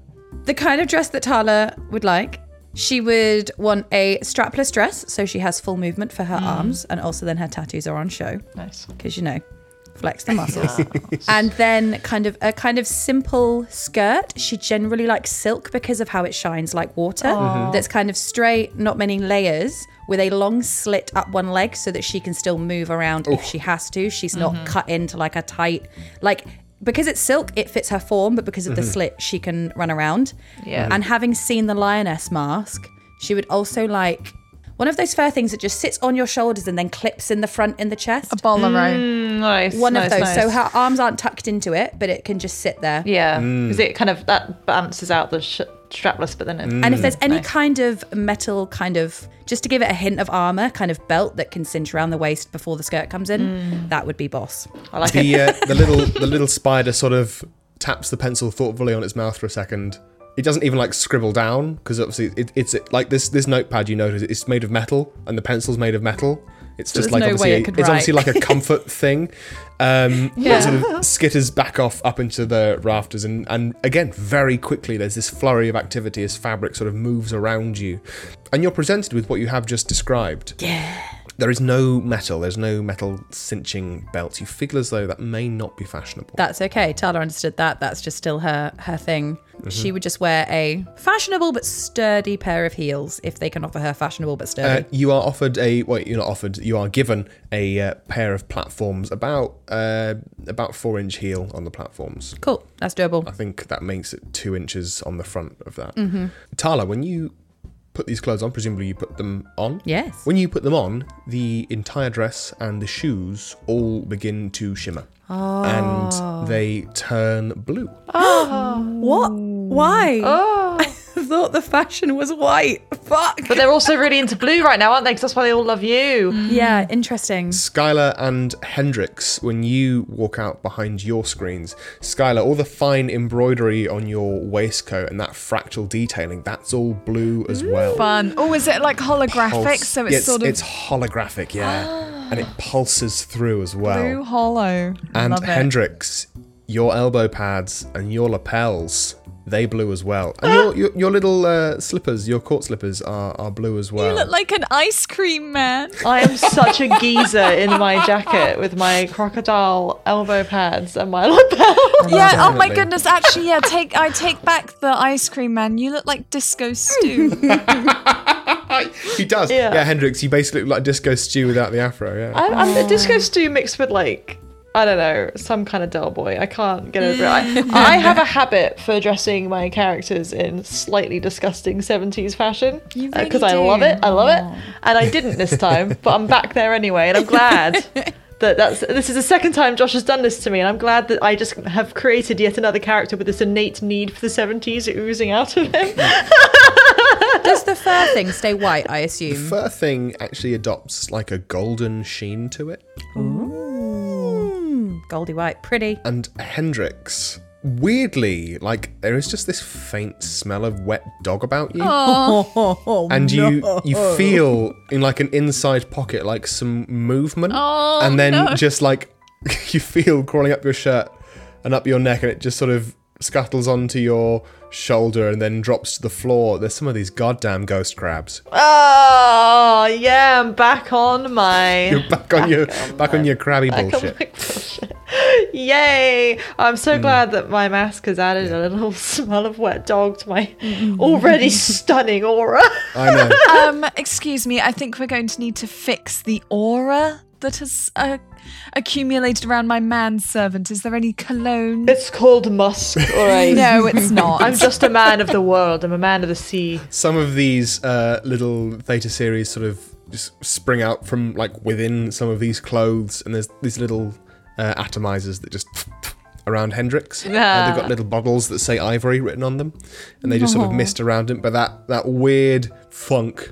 S2: the kind of dress that Tala would like, she would want a strapless dress, so she has full movement for her arms, and also then her tattoos are on show
S4: Nice.
S2: because you know flex the muscles and then kind of a kind of simple skirt she generally likes silk because of how it shines like water that's kind of straight not many layers with a long slit up one leg so that she can still move around if she has to she's not cut into like a tight like because it's silk it fits her form but because of the slit she can run around
S4: Yeah.
S2: and having seen the lioness mask she would also like one of those fur things that just sits on your shoulders and then clips in the front in the chest
S3: Bolero.
S4: Mm, Nice.
S2: one
S4: nice,
S2: of those.
S4: nice.
S2: So her arms aren't tucked into it, but it can just sit there.
S4: Yeah,
S2: Mm.
S4: because it kind of that balances out the sh- strapless, but then it,
S2: And if there's any kind of metal, kind of just to give it a hint of armor, kind of belt that can cinch around the waist before the skirt comes in,
S4: Mm.
S2: that would be boss.
S4: I like it.
S1: the uh, the little the little spider sort of taps the pencil thoughtfully on its mouth for a second. It doesn't even like scribble down because obviously it, it's like this this notepad you notice it's made of metal and the pencil's made of metal. It's
S2: So
S1: just
S2: there's
S1: like
S2: no way
S1: obviously,
S2: it could
S1: it's
S2: write.
S1: obviously like a comfort thing. Um,
S4: Yeah.
S1: It sort of skitters back off up into the rafters, and and again very quickly there's this flurry of activity as fabric sort of moves around you, and you're presented with what you have just described. Yeah. There is no metal. There's no metal cinching belts. You feel as though that may not be fashionable.
S2: That's okay. Tala understood that. That's just still her her thing.
S4: Mm-hmm.
S2: She would just wear a fashionable but sturdy pair of heels if they can offer her fashionable but
S1: Uh,
S2: sturdy.
S1: you are offered a well, you're not offered. You are given a uh, pair of platforms, about uh, about four inch heel on the platforms.
S2: cool. That's doable.
S1: I think that makes it two inches on the front of that. Tala, when you put these clothes on, presumably you put them on.
S2: Yes.
S1: When you put them on, the entire dress and the shoes all begin to shimmer, and they turn blue.
S2: What? Why?
S4: Oh.
S2: I thought the fashion was white. Fuck.
S4: But they're also really into blue right now, aren't they? Because that's why they all love you.
S2: yeah, interesting.
S1: Skylar and Hendrix, when you walk out behind your screens, Skylar, all the fine embroidery on your waistcoat and that fractal detailing, that's all blue as well.
S3: Fun. Oh, is it like holographic?
S1: Pulse-
S3: So
S1: yeah,
S3: it's, sort of Ah.
S1: it's holographic, yeah. and it pulses through as well.
S3: blue hollow.
S1: and
S3: Love it.
S1: Hendrix, your elbow pads and your lapels, they blew as well. And your, your, your little uh, slippers, your court slippers are, are blue as well.
S3: You look like an ice cream man.
S4: I am such a geezer in my jacket with my crocodile elbow pads and my lapel.
S3: Yeah. Oh my
S1: Definitely.
S3: goodness. Actually, yeah. Take I take back the ice cream man. You look like Disco Stew.
S1: he does. Yeah.
S4: Yeah.
S1: Hendrix, you basically look like Disco Stew without the afro, yeah.
S4: I'm, I'm a disco stew mixed with like. I don't know, some kind of dull boy. I can't get over it. I, I have a habit for dressing my characters in slightly disgusting 70s fashion
S3: You really
S4: because I
S3: do.
S4: love it. I love it. And I didn't this time, but I'm back there anyway, and I'm glad. That that's this is the second time Josh has done this to me, and I'm glad that I just have created yet another character with this innate need for the 70s oozing out of him.
S2: Does the fur thing stay white, I
S1: The
S2: assume?
S1: fur thing actually adopts like a golden sheen to it.
S2: Mm, Goldie white, pretty.
S1: And Hendrix, weirdly, like there is just this faint smell of wet dog about you. and you you feel in like an inside pocket like some movement.
S3: Oh,
S1: and then
S3: no.
S1: just like you feel crawling up your shirt and up your neck and it just sort of scuttles onto your shoulder and then drops to the floor. There's some of these goddamn ghost crabs.
S4: Oh yeah, I'm back on my
S1: You're back on your back on your crabby
S4: Back on
S1: bullshit.
S4: my bullshit. Yay! I'm so glad that my mask has added a little smell of wet dog to my already stunning aura.
S1: I know.
S3: um, excuse me. I think we're going to need to fix the aura that has uh, accumulated around my manservant. Is there any cologne?
S4: It's called musk, alright.
S3: No, it's not.
S4: I'm just a man of the world. I'm a man of the sea.
S1: some of these uh, little Theta series sort of just spring out from like within some of these clothes, and there's these little uh, atomizers that just around Hendrix. And they've got little bottles that say ivory written on them, and they just sort of mist around it. But that that weird funk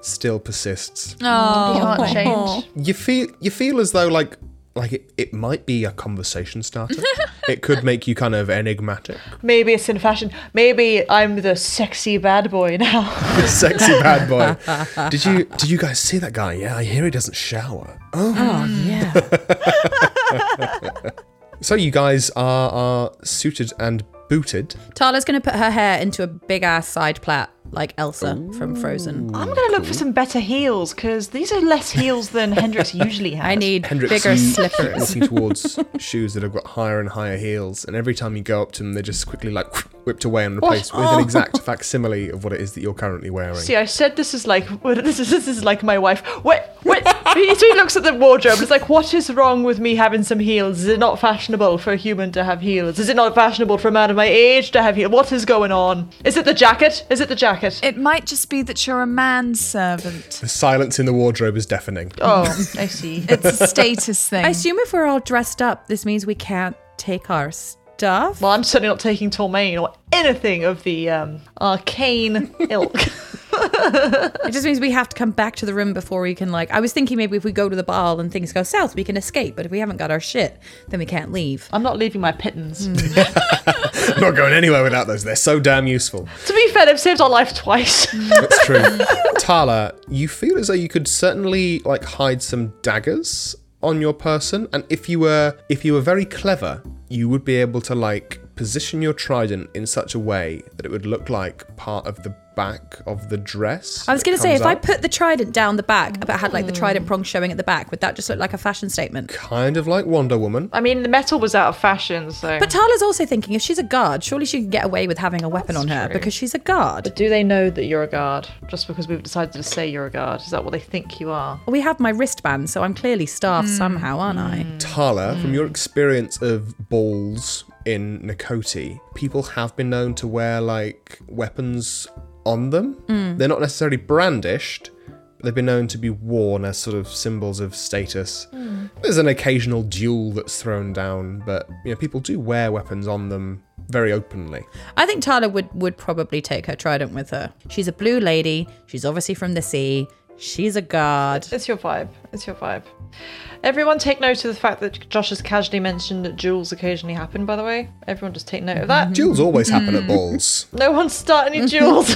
S1: still persists.
S3: Oh.
S4: Can't change.
S1: You feel you feel as though like. Like it, it might be a conversation starter. it could make you kind of enigmatic.
S4: Maybe it's in fashion. Maybe I'm the sexy bad boy now.
S1: sexy bad boy. Did you did you guys see that guy? Yeah, I hear he doesn't shower. Oh,
S2: Yeah.
S1: so you guys are are suited and booted.
S2: Tala's going to put her hair into a big ass side plait like Elsa from Frozen.
S4: I'm gonna look for some better heels because these are less heels than Hendrix usually has.
S2: I need
S1: Hendrix,
S2: bigger
S1: you
S2: slippers.
S1: keep walking towards shoes that have got higher and higher heels, and every time you go up to them, they're just quickly like whipped away and replaced with an exact facsimile of what it is that you're currently wearing.
S4: See, I said this is like this is this is like my wife. What? What? he he looks at the wardrobe. and It's like, what is wrong with me having some heels? Is it not fashionable for a human to have heels? Is it not fashionable for a man of my age to have heels? What is going on? Is it the jacket? Is it the jacket?
S3: It might just be that you're a manservant.
S1: The silence in the wardrobe is deafening.
S4: oh, I see.
S3: It's a status thing.
S2: I assume if we're all dressed up, this means we can't take our stuff.
S4: Well, I'm certainly not taking Tormain or anything of the um, arcane ilk.
S2: It just means we have to come back to the room before we can, like, I was thinking maybe if we go to the ball and things go south, we can escape. But if we haven't got our shit, then we can't leave.
S4: I'm not leaving my pittance.
S1: I'm not going anywhere without those. They're so damn useful.
S4: To be fair, they've saved our life twice.
S1: That's true. Tala, you feel as though you could certainly like hide some daggers on your person, and if you were if you were very clever, you would be able to like position your trident in such a way that it would look like part of the back of the dress.
S2: I was
S1: that
S2: going to say,
S1: comes Mm.
S2: if I
S1: out.
S2: put the trident down the back, but had like the trident prong showing at the back, would that just look like a fashion statement?
S1: kind of like Wonder Woman.
S4: I mean, the metal was out of fashion, so.
S2: But Tala's also thinking if she's a guard, surely she can get away with having a weapon on her because she's a guard.
S4: do they know that you're a guard just because we've decided to say you're a guard? Is that what they think you are?
S2: We have my wristband, so I'm clearly staffed somehow, aren't I?
S1: Mm. Tala, from your experience of balls in Nakoti, people have been known to wear like weapons on them. They're not necessarily brandished, but they've been known to be worn as sort of symbols of status. There's an occasional duel that's thrown down, but you know people do wear weapons on them very openly.
S2: I think Tala would would probably take her trident with her. She's a blue lady. She's obviously from the sea. She's a guard.
S4: It's your vibe. It's your vibe. Everyone take note of the fact that Josh has casually mentioned that duels occasionally happen, by the way. Everyone just take note of that.
S1: Duels always happen at balls.
S4: No one start any duels.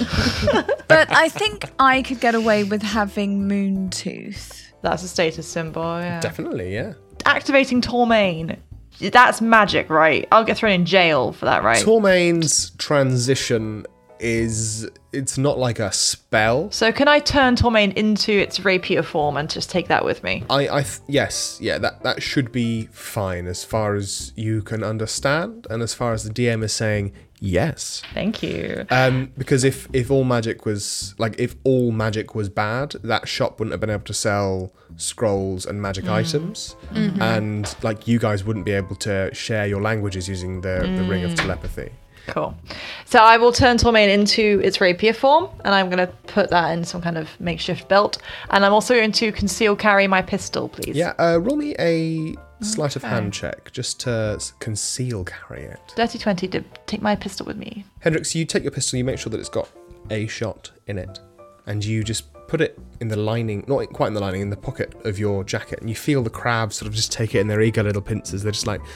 S3: But I think I could get away with having Moontooth.
S4: That's a status symbol, yeah.
S1: Definitely, yeah.
S4: Activating Tormain. That's magic, right? I'll get thrown in jail for that, right?
S1: Tormain's transition is it's not like a spell.
S4: so can I turn Tormain into its rapier form and just take that with me?
S1: I, I th- yes, yeah, that, that should be fine as far as you can understand, and as far as the DM is saying yes.
S4: Thank you.
S1: Um, because if if all magic was like if all magic was bad, that shop wouldn't have been able to sell scrolls and magic items, and like you guys wouldn't be able to share your languages using the, the ring of telepathy.
S4: Cool. So I will turn Tormain into its rapier form, and I'm going to put that in some kind of makeshift belt. And I'm also going to conceal carry my pistol, please.
S1: Yeah, uh, roll me a sleight of hand check just to s- conceal carry it.
S4: Dirty 20 to take my pistol with me.
S1: Hendrix, you take your pistol, you make sure that it's got a shot in it, and you just put it in the lining, not quite in the lining, in the pocket of your jacket, and you feel the crabs sort of just take it in their eager little pincers. They're just like,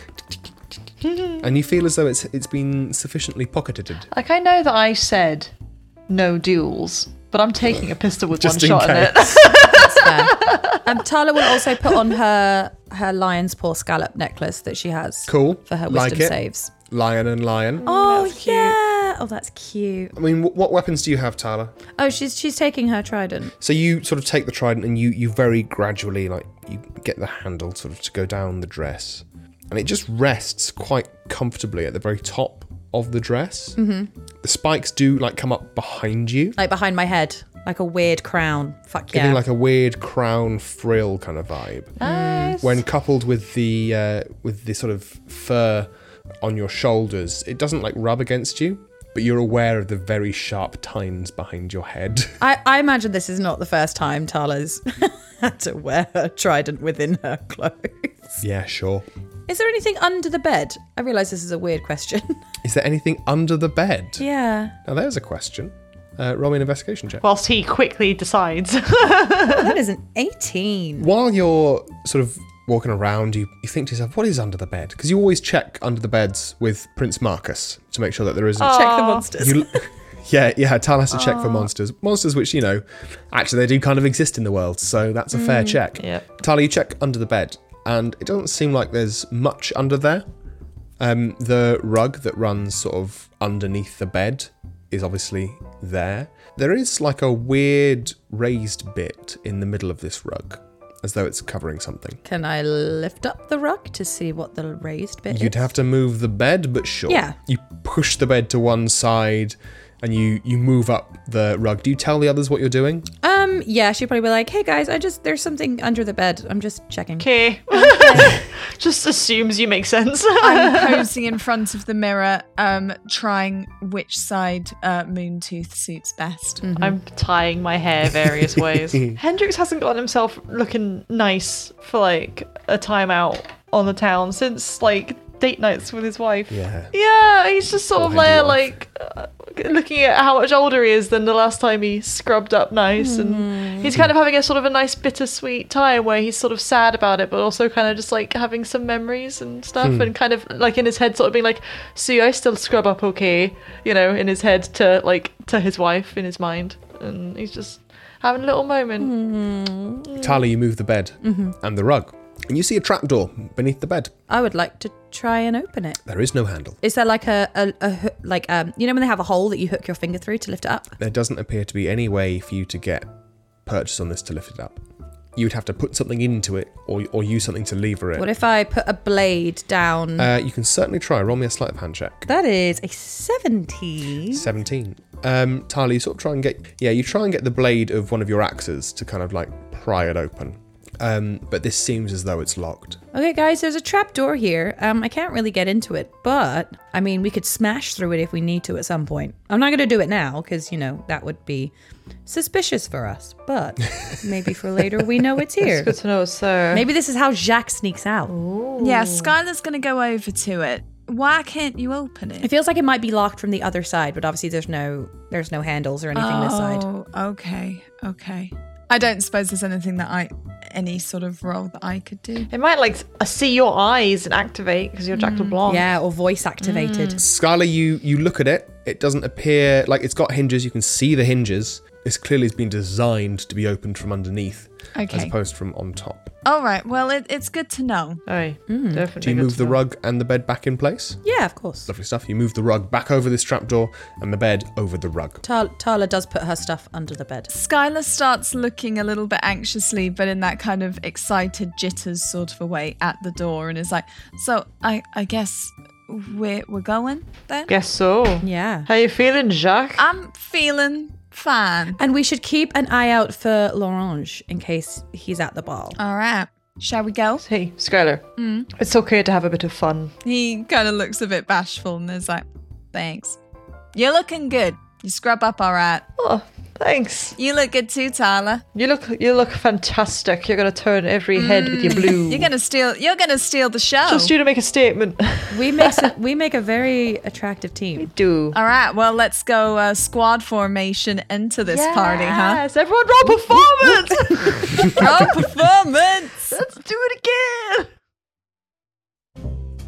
S1: and you feel as though it's it's been sufficiently pocketed.
S4: Like, I know that I said no duels, but I'm taking a pistol with
S1: Just
S4: one shot
S1: in
S4: in it.
S1: case.
S2: Um, Tala will also put on her her lion's paw scallop necklace that she has
S1: cool.
S2: for her
S1: like
S2: wisdom
S1: it.
S2: saves.
S1: Lion and lion.
S2: Oh yeah. Oh, that's cute.
S1: I mean, wh- what weapons do you have, Tyler?
S2: Oh, she's she's taking her trident.
S1: So you sort of take the trident and you you very gradually like you get the handle sort of to go down the dress, and it just rests quite comfortably at the very top of the dress. Mm-hmm. The spikes do like come up behind you,
S2: Like behind my head, like a weird crown. Fuck
S1: giving
S2: yeah.
S1: like a weird crown frill kind of vibe.
S4: Mm.
S1: When coupled with the uh, with the sort of fur on your shoulders, it doesn't like rub against you, but you're aware of the very sharp tines behind your head.
S2: I, I imagine this is not the first time Tala's had to wear her trident within her clothes.
S1: yeah, sure.
S2: Is there anything under the bed? I realise this is a weird question.
S1: Is there anything under the bed?
S2: Yeah.
S1: Now there's a question. Uh, roll me an investigation check.
S4: Whilst he quickly decides.
S2: That is an 18.
S1: While you're sort of walking around, you, you think to yourself, what is under the bed? Because you always check under the beds with Prince Marcus to make sure that there isn't.
S2: Check the monsters.
S1: You, yeah, yeah, Tal has to check for monsters. Monsters which, you know, actually they do kind of exist in the world, so that's a fair check. Yeah.
S4: Yep.
S1: Tal, you check under the bed, and it doesn't seem like there's much under there. Um, the rug that runs sort of underneath the bed is obviously there. There is like a weird raised bit in the middle of this rug, as though it's covering something.
S2: Can I lift up the rug to see what the raised bit
S1: You'd
S2: is?
S1: have to move the bed, but sure.
S2: Yeah.
S1: You push the bed to one side, and you you move up the rug. Do you tell the others what you're doing?
S2: um, yeah, she'd probably be like, hey guys, I just, there's something under the bed. I'm just checking.
S4: okay. just assumes you make sense.
S3: I'm posing in front of the mirror, um, trying which side uh, Moontooth suits best.
S4: I'm tying my hair various ways. Hendrix hasn't gotten himself looking nice for like a time out on the town since like date nights with his wife.
S1: Yeah.
S4: Yeah, he's just sort
S1: Poor
S4: of there,
S1: Henry
S4: like uh, looking at how much older he is than the last time he scrubbed up nice and He's kind of having a sort of a nice bittersweet time where he's sort of sad about it, but also kind of just like having some memories and stuff,
S1: Hmm.
S4: and kind of like in his head, sort of being like, "See, I still scrub up okay," you know, in his head to like to his wife in his mind, and he's just having a little moment.
S1: Tala, you move the bed
S2: Mm-hmm.
S1: and the rug, and you see a trapdoor beneath the bed.
S2: I would like to try and open it.
S1: There is no handle.
S2: Is there like a, a, a hoo- like um you know when they have a hole that you hook your finger through to lift it up?
S1: There doesn't appear to be any way for you to get purchase on this to lift it up. You would have to put something into it or, or use something to lever it.
S2: What if I put a blade down?
S1: Uh, you can certainly try. Roll me a sleight of hand check.
S2: that is a seventy.
S1: 17. Um, Tali, you sort of try and get, yeah, you try and get the blade of one of your axes to kind of like pry it open. Um, but this seems as though it's locked.
S2: Okay, guys, there's a trap door here. Um, I can't really get into it, but I mean, we could smash through it if we need to at some point. I'm not gonna do it now because you know that would be suspicious for us. But maybe for later, we know it's here.
S4: Good to know, sir.
S2: Maybe this is how Jacques sneaks out.
S3: Yeah, Skylar's gonna go over to it. Why can't you open it?
S2: It feels like it might be locked from the other side, but obviously there's no there's no handles or anything this side.
S3: Oh, okay, okay. I don't suppose there's anything that I, any sort of role that I could do.
S4: It might like s- uh, see your eyes and activate because you're Jack LeBlanc.
S2: Yeah, or voice activated.
S1: Mm. Scarlet, you you look at it. It doesn't appear like it's got hinges. You can see the hinges. It's clearly has been designed to be opened from underneath, as
S3: Okay.
S1: opposed from on top.
S3: All right. Well, it, it's good to know.
S4: Aye, definitely.
S1: Do you
S4: good
S1: move
S4: to
S1: the
S4: know.
S1: rug and the bed back in place?
S2: Yeah, of course.
S1: Lovely stuff. You move the rug back over this trapdoor and the bed over the rug.
S2: Tal- Tala does put her stuff under the bed.
S3: Skylar starts looking a little bit anxiously, but in that kind of excited jitters sort of a way at the door, and is like, "So I, I guess we're we're going then."
S4: Guess so.
S2: Yeah.
S4: How you feeling, Jacques?
S3: I'm feeling fine.
S2: And we should keep an eye out for L'Orange in case he's at the ball.
S3: All right. Shall we go?
S4: Hey, Skylar. It's okay to have a bit of fun.
S3: He kind of looks a bit bashful and is like, "Thanks. You're looking good. You scrub up all right.
S4: Oh, thanks.
S3: You look good too, Tyler.
S4: You look you look fantastic. You're gonna turn every head with your blue.
S3: You're gonna steal. You're gonna steal the show.
S4: just you to make a statement.
S2: We make a, we make a very attractive team.
S4: Do.
S3: all right. Well, let's go uh, squad formation into this party, huh?
S4: Yes, everyone roll performance!
S3: Pro performance.
S4: Let's do it again!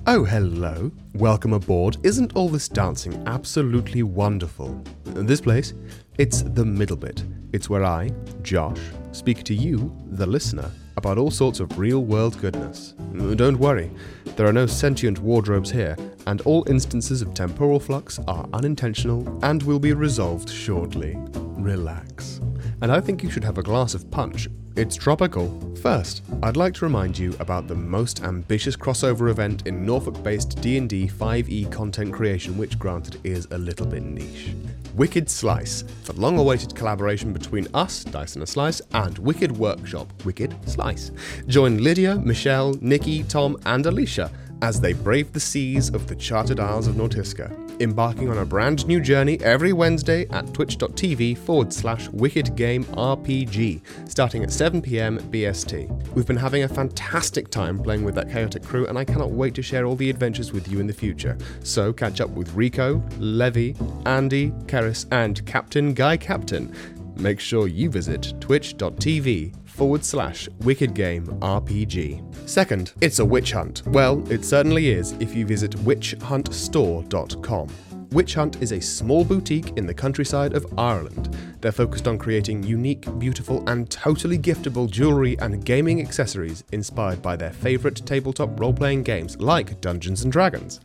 S1: Oh, hello. Welcome aboard. Isn't all this dancing absolutely wonderful? This place, it's the middle bit. It's where I, Josh, speak to you, the listener, about all sorts of real world goodness. Mm, Don't worry, there are no sentient wardrobes here, and all instances of temporal flux are unintentional and will be resolved shortly. Relax. And I think you should have a glass of punch. It's tropical. First, I'd like to remind you about the most ambitious crossover event in Norfolk-based D&D 5e E content creation, which granted is a little bit niche. Wicked Slice, the long-awaited collaboration between us, Dice and a Slice, and Wicked Workshop, Wicked Slice. Join Lydia, Michelle, Nikki, Tom, and Alicia as they brave the seas of the charted isles of Nortiska, embarking on a brand new journey every Wednesday at twitch.tv forward slash wicked game RPG, starting at 7 pm BST. We've been having a fantastic time playing with that chaotic crew, and I cannot wait to share all the adventures with you in the future. So catch up with Rico, Levy, Andy, Keris, and Captain Guy Captain. Make sure you visit twitch.tv forward slash wicked game RPG. Second, it's a witch hunt. Well, it certainly is if you visit witchhuntstore.com. Witch Hunt is a small boutique in the countryside of Ireland. They're focused on creating unique, beautiful, and totally giftable jewellery and gaming accessories inspired by their favourite tabletop role playing games like Dungeons and Dragons.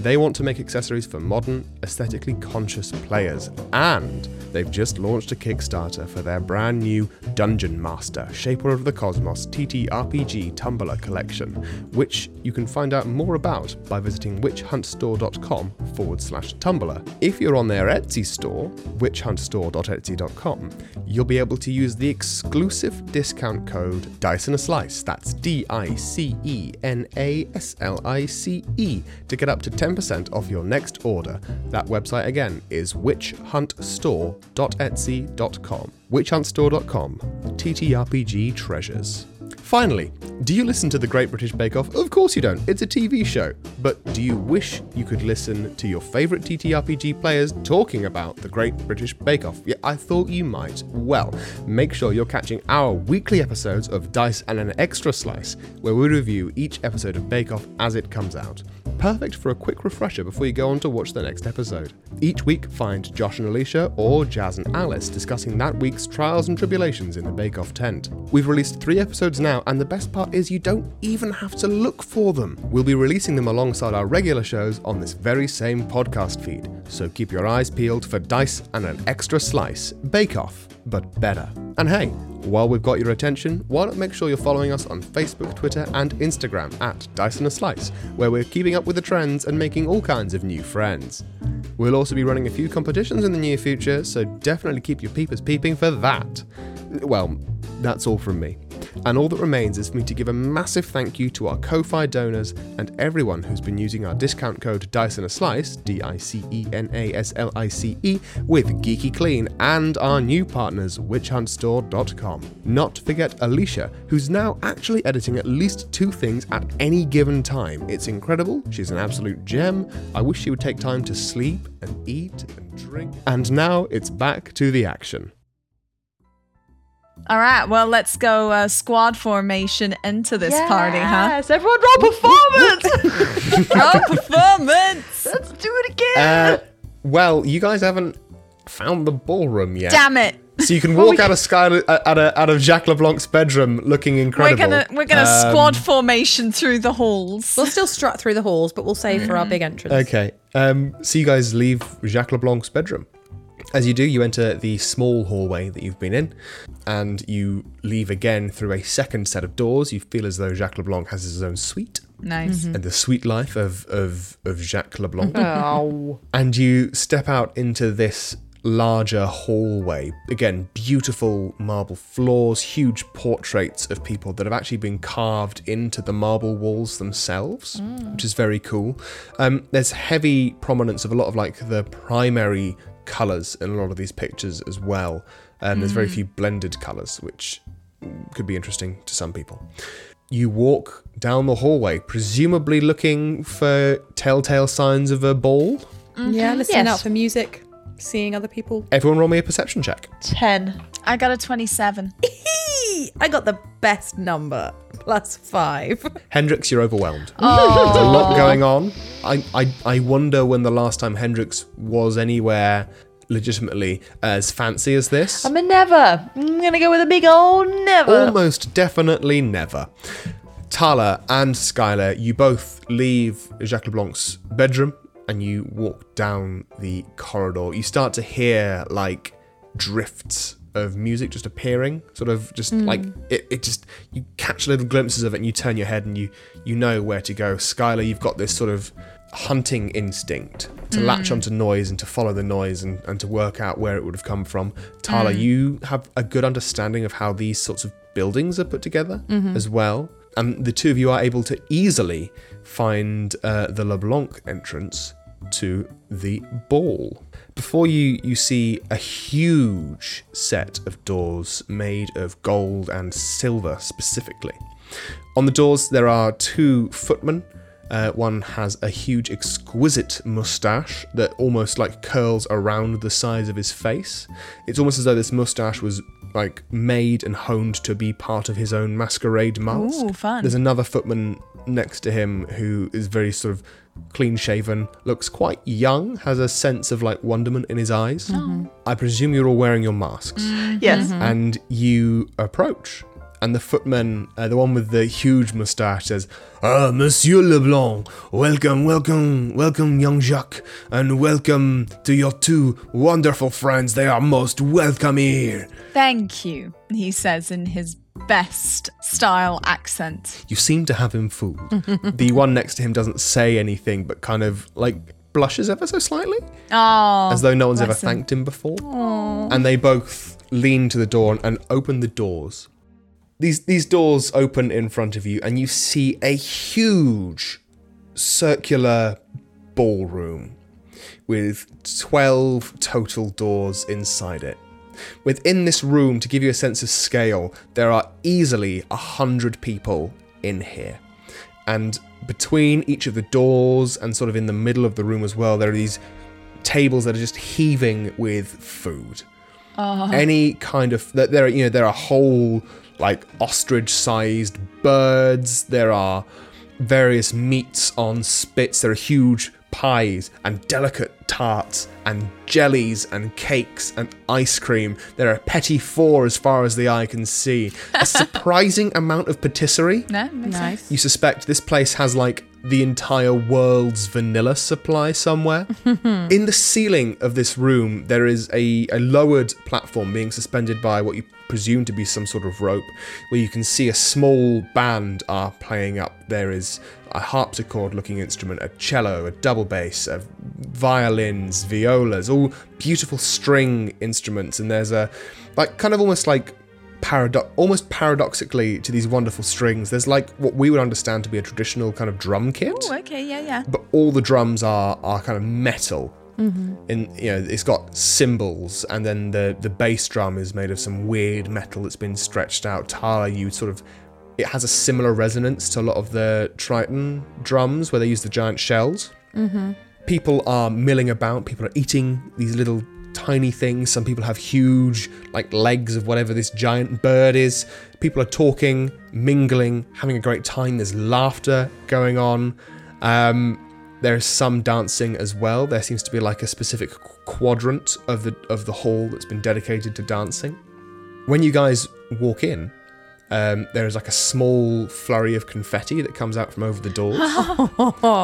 S1: They want to make accessories for modern, aesthetically conscious players, and they've just launched a Kickstarter for their brand new Dungeon Master Shaper of the Cosmos TTRPG Tumblr collection, which you can find out more about by visiting witchhuntstore.com forward slash Tumblr. If you're on their Etsy store, witchhuntstore.etsy.com, you'll be able to use the exclusive discount code Dice and a Slice. That's D I C E N A S L I C E to get up to 10% off your next order. That website again is witchhuntstore.etsy.com. Witchhuntstore.com. TTRPG treasures. Finally, do you listen to the Great British Bake Off? Of course you don't. It's a TV show. But do you wish you could listen to your favourite TTRPG players talking about the Great British Bake Off? Yeah, I thought you might. Well, make sure you're catching our weekly episodes of Dice and an Extra Slice, where we review each episode of Bake Off as it comes out. Perfect for a quick refresher before you go on to watch the next episode. Each week, find Josh and Alicia or Jazz and Alice discussing that week's trials and tribulations in the Bake Off tent. We've released three episodes now, and the best part is you don't even have to look for them. We'll be releasing them alongside our regular shows on this very same podcast feed, so keep your eyes peeled for Dice and an Extra Slice Bake Off, but better. And hey, while we've got your attention, why not make sure you're following us on Facebook, Twitter, and Instagram at Dice and a Slice, where we're keeping up with the trends and making all kinds of new friends. We'll also be running a few competitions in the near future, so definitely keep your peepers peeping for that. Well, that's all from me. And all that remains is for me to give a massive thank you to our Ko-Fi donors and everyone who's been using our discount code Dice and a Slice, E D-I-C-E-N-A-S-L-I-C-E, E, with Geeky Clean and our new partners, witchhuntstore.com. Not forget Alicia, who's now actually editing at least two things at any given time. It's incredible, she's an absolute gem. I wish she would take time to sleep and eat and drink. And now it's back to the action.
S3: All right, well, let's go uh, squad formation into this party, huh?
S4: Yes, everyone roll performance.
S3: Roll performance!
S4: Let's do it again.
S1: Uh, well, you guys haven't found the ballroom yet.
S3: Damn it!
S1: So you can walk out of Sky uh, out of, out of Jacques LeBlanc's bedroom looking
S3: We're
S1: incredible. Um,
S3: gonna we're gonna squad formation through the halls.
S2: We'll still strut through the halls, but we'll save for our big entrance.
S1: Okay. Um, so you guys leave Jacques LeBlanc's bedroom. As you do, you enter the small hallway that you've been in, and you leave again through a second set of doors. You feel as though Jacques LeBlanc has his own suite
S3: Nice.
S1: and the sweet life of of of Jacques LeBlanc.
S4: oh.
S1: and you step out into this larger hallway. Again, beautiful marble floors, huge portraits of people that have actually been carved into the marble walls themselves, which is very cool. Um, there's heavy prominence of a lot of like the primary colors in a lot of these pictures as well. Um, There's very few blended colors, which could be interesting to some people. You walk down the hallway, presumably looking for telltale signs of a ball.
S2: Yeah, listening
S4: Yes.
S2: out for music, seeing other people.
S1: Everyone roll me a perception check.
S4: Ten.
S3: Mm-hmm. I got a twenty-seven.
S2: I got the best number, plus five.
S1: Hendrix, you're overwhelmed. There's a lot going on. I, I, I wonder when the last time Hendrix was anywhere legitimately as fancy as this.
S4: I'm a never. I'm gonna go with a big old never.
S1: Almost definitely never. Tala and Skylar, you both leave Jacques LeBlanc's bedroom and you walk down the corridor. You start to hear like drifts of music just appearing, sort of just like it, it just you catch little glimpses of it and you turn your head and you you know where to go. Skylar, you've got this sort of hunting instinct to latch onto noise and to follow the noise and, and to work out where it would have come from. Tala, you have a good understanding of how these sorts of buildings are put together as well. And the two of you are able to easily find uh, the LeBlanc entrance to the ball. Before you, you see a huge set of doors made of gold and silver specifically. On the doors, there are two footmen. Uh, one has a huge, exquisite mustache that almost like curls around the size of his face. It's almost as though this mustache was like made and honed to be part of his own masquerade mask.
S3: Ooh, fun.
S1: There's another footman next to him who is very sort of clean shaven, looks quite young, has a sense of like wonderment in his eyes.
S3: Mm-hmm.
S1: I presume you're all wearing your masks
S4: yes.
S1: and you approach. And the footman, uh, the one with the huge moustache, says, Ah, Monsieur Leblanc, welcome, welcome, welcome, young Jacques, and welcome to your two wonderful friends. They are most welcome here.
S3: Thank you, he says in his best style accent.
S1: You seem to have him fooled. the one next to him doesn't say anything, but kind of like blushes ever so slightly,
S3: Oh,
S1: as though no one's ever
S3: bless him.
S1: thanked him before. And they both lean to the door and open the doors. These these doors open in front of you, and you see a huge circular ballroom with twelve total doors inside it. Within this room, to give you a sense of scale, there are easily a hundred people in here. And between each of the doors and sort of in the middle of the room as well, there are these tables that are just heaving with food. Any kind of that there are you know there are whole like ostrich-sized birds. There are various meats on spits. There are huge pies and delicate tarts and jellies and cakes and ice cream. There are petit four as far as the eye can see. A surprising amount of patisserie.
S3: No, makes sense.
S1: You suspect this place has like the entire world's vanilla supply somewhere. In the ceiling of this room, there is a, a lowered platform being suspended by what you presume to be some sort of rope, where you can see a small band are playing up. There is a harpsichord looking instrument, a cello, a double bass, a violins, violas, all beautiful string instruments, and there's a like kind of almost like paradox almost paradoxically to these wonderful strings there's like what we would understand to be a traditional kind of drum kit
S3: Okay, yeah, yeah.
S1: but all the drums are are kind of metal and you know it's got cymbals and then the the bass drum is made of some weird metal that's been stretched out tala you sort of it has a similar resonance to a lot of the triton drums where they use the giant shells people are milling about people are eating these little tiny things some people have huge like legs of whatever this giant bird is people are talking mingling having a great time there's laughter going on um, there's some dancing as well there seems to be like a specific qu- quadrant of the of the hall that's been dedicated to dancing when you guys walk in um, there is like a small flurry of confetti that comes out from over the doors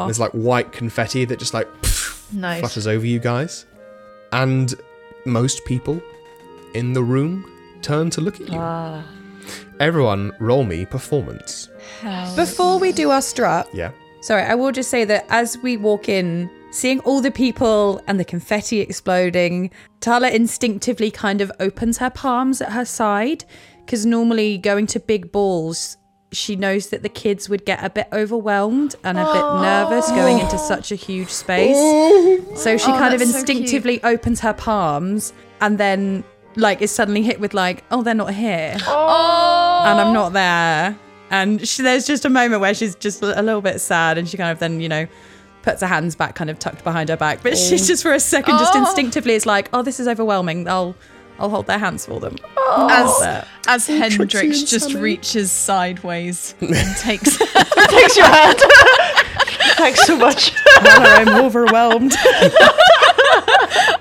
S1: there's like white confetti that just like
S3: Mm-hmm.
S4: Nice.
S1: flutters over you guys. And most people in the room turn to look at you.
S3: Ah.
S1: Everyone, roll me performance.
S2: Before we do our strut,
S1: Yeah.
S2: Sorry, I will just say that as we walk in, seeing all the people and the confetti exploding, Tala instinctively kind of opens her palms at her side because normally going to big balls, she knows that the kids would get a bit overwhelmed and a bit nervous going into such a huge space. So she kind of
S3: Oh, that's so
S2: instinctively opens her palms and then like is suddenly hit with like, oh, they're not here and I'm not there. And she, there's just a moment where she's just a little bit sad, and she kind of then, you know, puts her hands back, kind of tucked behind her back. But she just for a second, just instinctively is like, "Oh, this is overwhelming. I'll, I'll hold their hands for them."
S1: Oh,
S3: As as Hendrix just reaches sideways and takes
S4: Thanks, your hand. Thanks so much.
S2: I'm overwhelmed.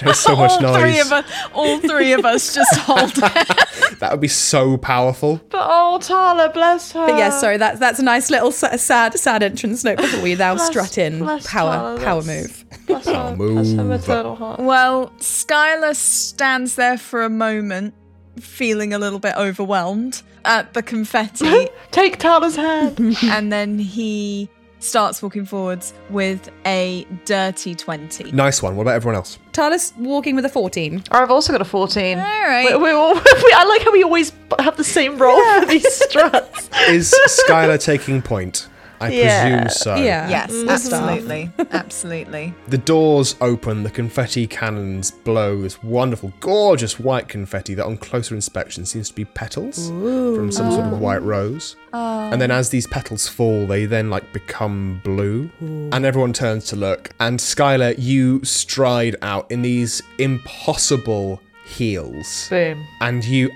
S1: There's so much
S3: all three
S1: noise.
S3: of us, all three of us just hold
S1: That would be so powerful.
S4: But oh, Tala, bless her.
S2: But yeah, sorry. That's that's a nice little sa- sad, sad entrance note before we now strut in
S4: bless
S2: power,
S4: Tala,
S2: power
S4: that's-
S2: move.
S4: Bless her. Bless her
S1: move.
S4: maternal heart.
S3: Well, Skylar stands there for a moment, feeling a little bit overwhelmed at the confetti,
S4: Take Tala's hand.
S3: and then he starts walking forwards with a dirty 20.
S1: Nice one. What about everyone else?
S2: Tala's walking with a 14.
S4: I've also got a 14. All
S3: right.
S4: We, we all, we, I like how we always b- have the same role for these struts.
S1: Is Skylar taking point? I
S4: Yeah.
S1: presume so.
S2: Yeah.
S3: Yes,
S1: Mm-hmm.
S2: That's
S3: absolutely. Absolutely.
S1: The doors open, the confetti cannons blow this wonderful, gorgeous white confetti that, on closer inspection, seems to be petals from some sort of white rose. And then, as these petals fall, they then like become blue. And everyone turns to look. And Skylar, you stride out in these impossible heels
S4: Boom.
S1: and you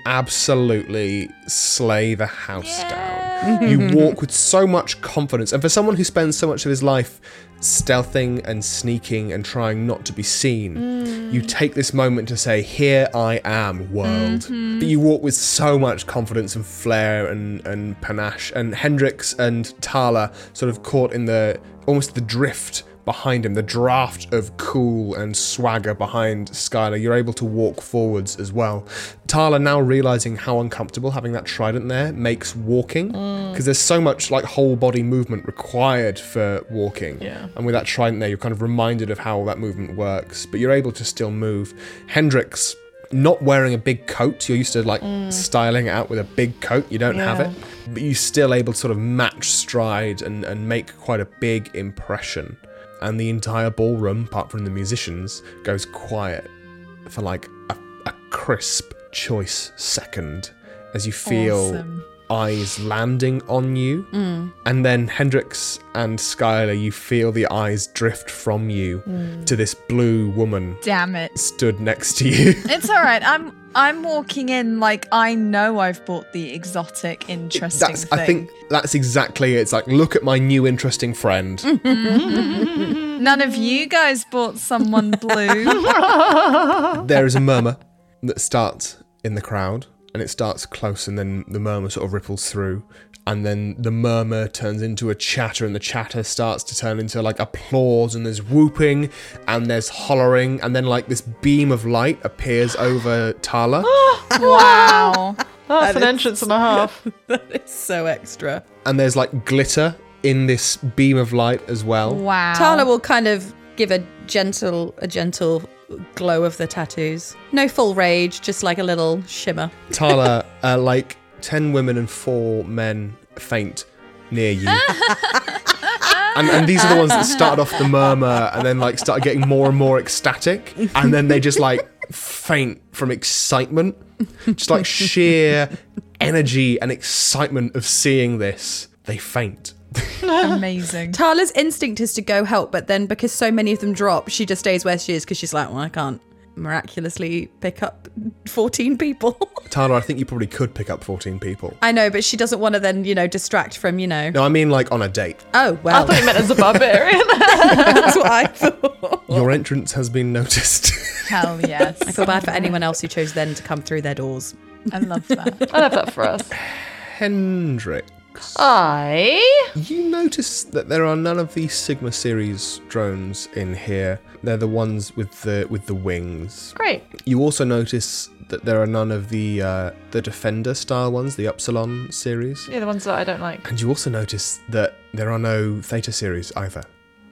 S1: absolutely slay the house down. You walk with so much confidence. And for someone who spends so much of his life stealthing and sneaking and trying not to be seen, you take this moment to say, Here I am, world. But you walk with so much confidence and flair and, and panache. And Hendrix and Tala sort of caught in the almost the drift behind him, the draft of cool and swagger behind Skylar. You're able to walk forwards as well. Tala now realizing how uncomfortable having that trident there makes walking because there's so much like whole body movement required for walking. Yeah. And with that trident there, you're kind of reminded of how that movement works, but you're able to still move. Hendrix not wearing a big coat. You're used to like styling it out with a big coat. You don't have it, but you're still able to sort of match stride and, and make quite a big impression. And the entire ballroom, apart from the musicians, goes quiet for like a, a crisp choice second as you feel eyes landing on you.
S3: Mm.
S1: And then Hendrix and Skylar, you feel the eyes drift from you
S3: Mm.
S1: to this blue woman
S3: Damn it.
S1: stood next to you.
S3: It's all right. I'm I'm walking in like I know I've bought the exotic, interesting
S1: that's
S3: thing.
S1: I think that's exactly it. It's like look at my new interesting friend.
S3: None of you guys bought someone blue.
S1: there is a murmur that starts in the crowd and it starts close and then the murmur sort of ripples through and then the murmur turns into a chatter and the chatter starts to turn into like applause and there's whooping and there's hollering and then like this beam of light appears over Tala
S3: wow.
S4: That's an entrance and a half.
S2: That is so extra.
S1: and there's like glitter in this beam of light as well.
S3: Wow.
S2: Tala will kind of give a gentle, a gentle glow of the tattoos. No full rage, just like a little shimmer.
S1: Tala, uh, like 10 women and 4 men faint near you. And, and these are the ones that started off the murmur and then like started getting more and more ecstatic and then they just like faint from excitement just like sheer energy and excitement of seeing this they faint
S3: Amazing.
S2: Tala's instinct is to go help, but then because so many of them drop, she just stays where she is because she's like, well, I can't miraculously pick up 14 people.
S1: Tala I think you probably could pick up 14 people
S2: I know, but she doesn't want to then, you know, distract from, you know.
S1: no I mean like on a date
S2: Oh,
S4: I
S2: well,
S4: thought you meant as a barbarian.
S2: that's what I thought.
S1: your entrance has been noticed
S3: Hell yes.
S2: I feel bad for anyone else who chose then to come through their doors.
S3: I love that.
S4: I love that for us.
S1: Hendrik
S4: I
S1: You notice that there are none of the Sigma series drones in here. They're the ones with the with the wings.
S4: great.
S1: You also notice that there are none of the uh, the Defender style ones, the Upsilon series.
S4: Yeah, the ones that I don't like.
S1: And you also notice that there are no Theta series either.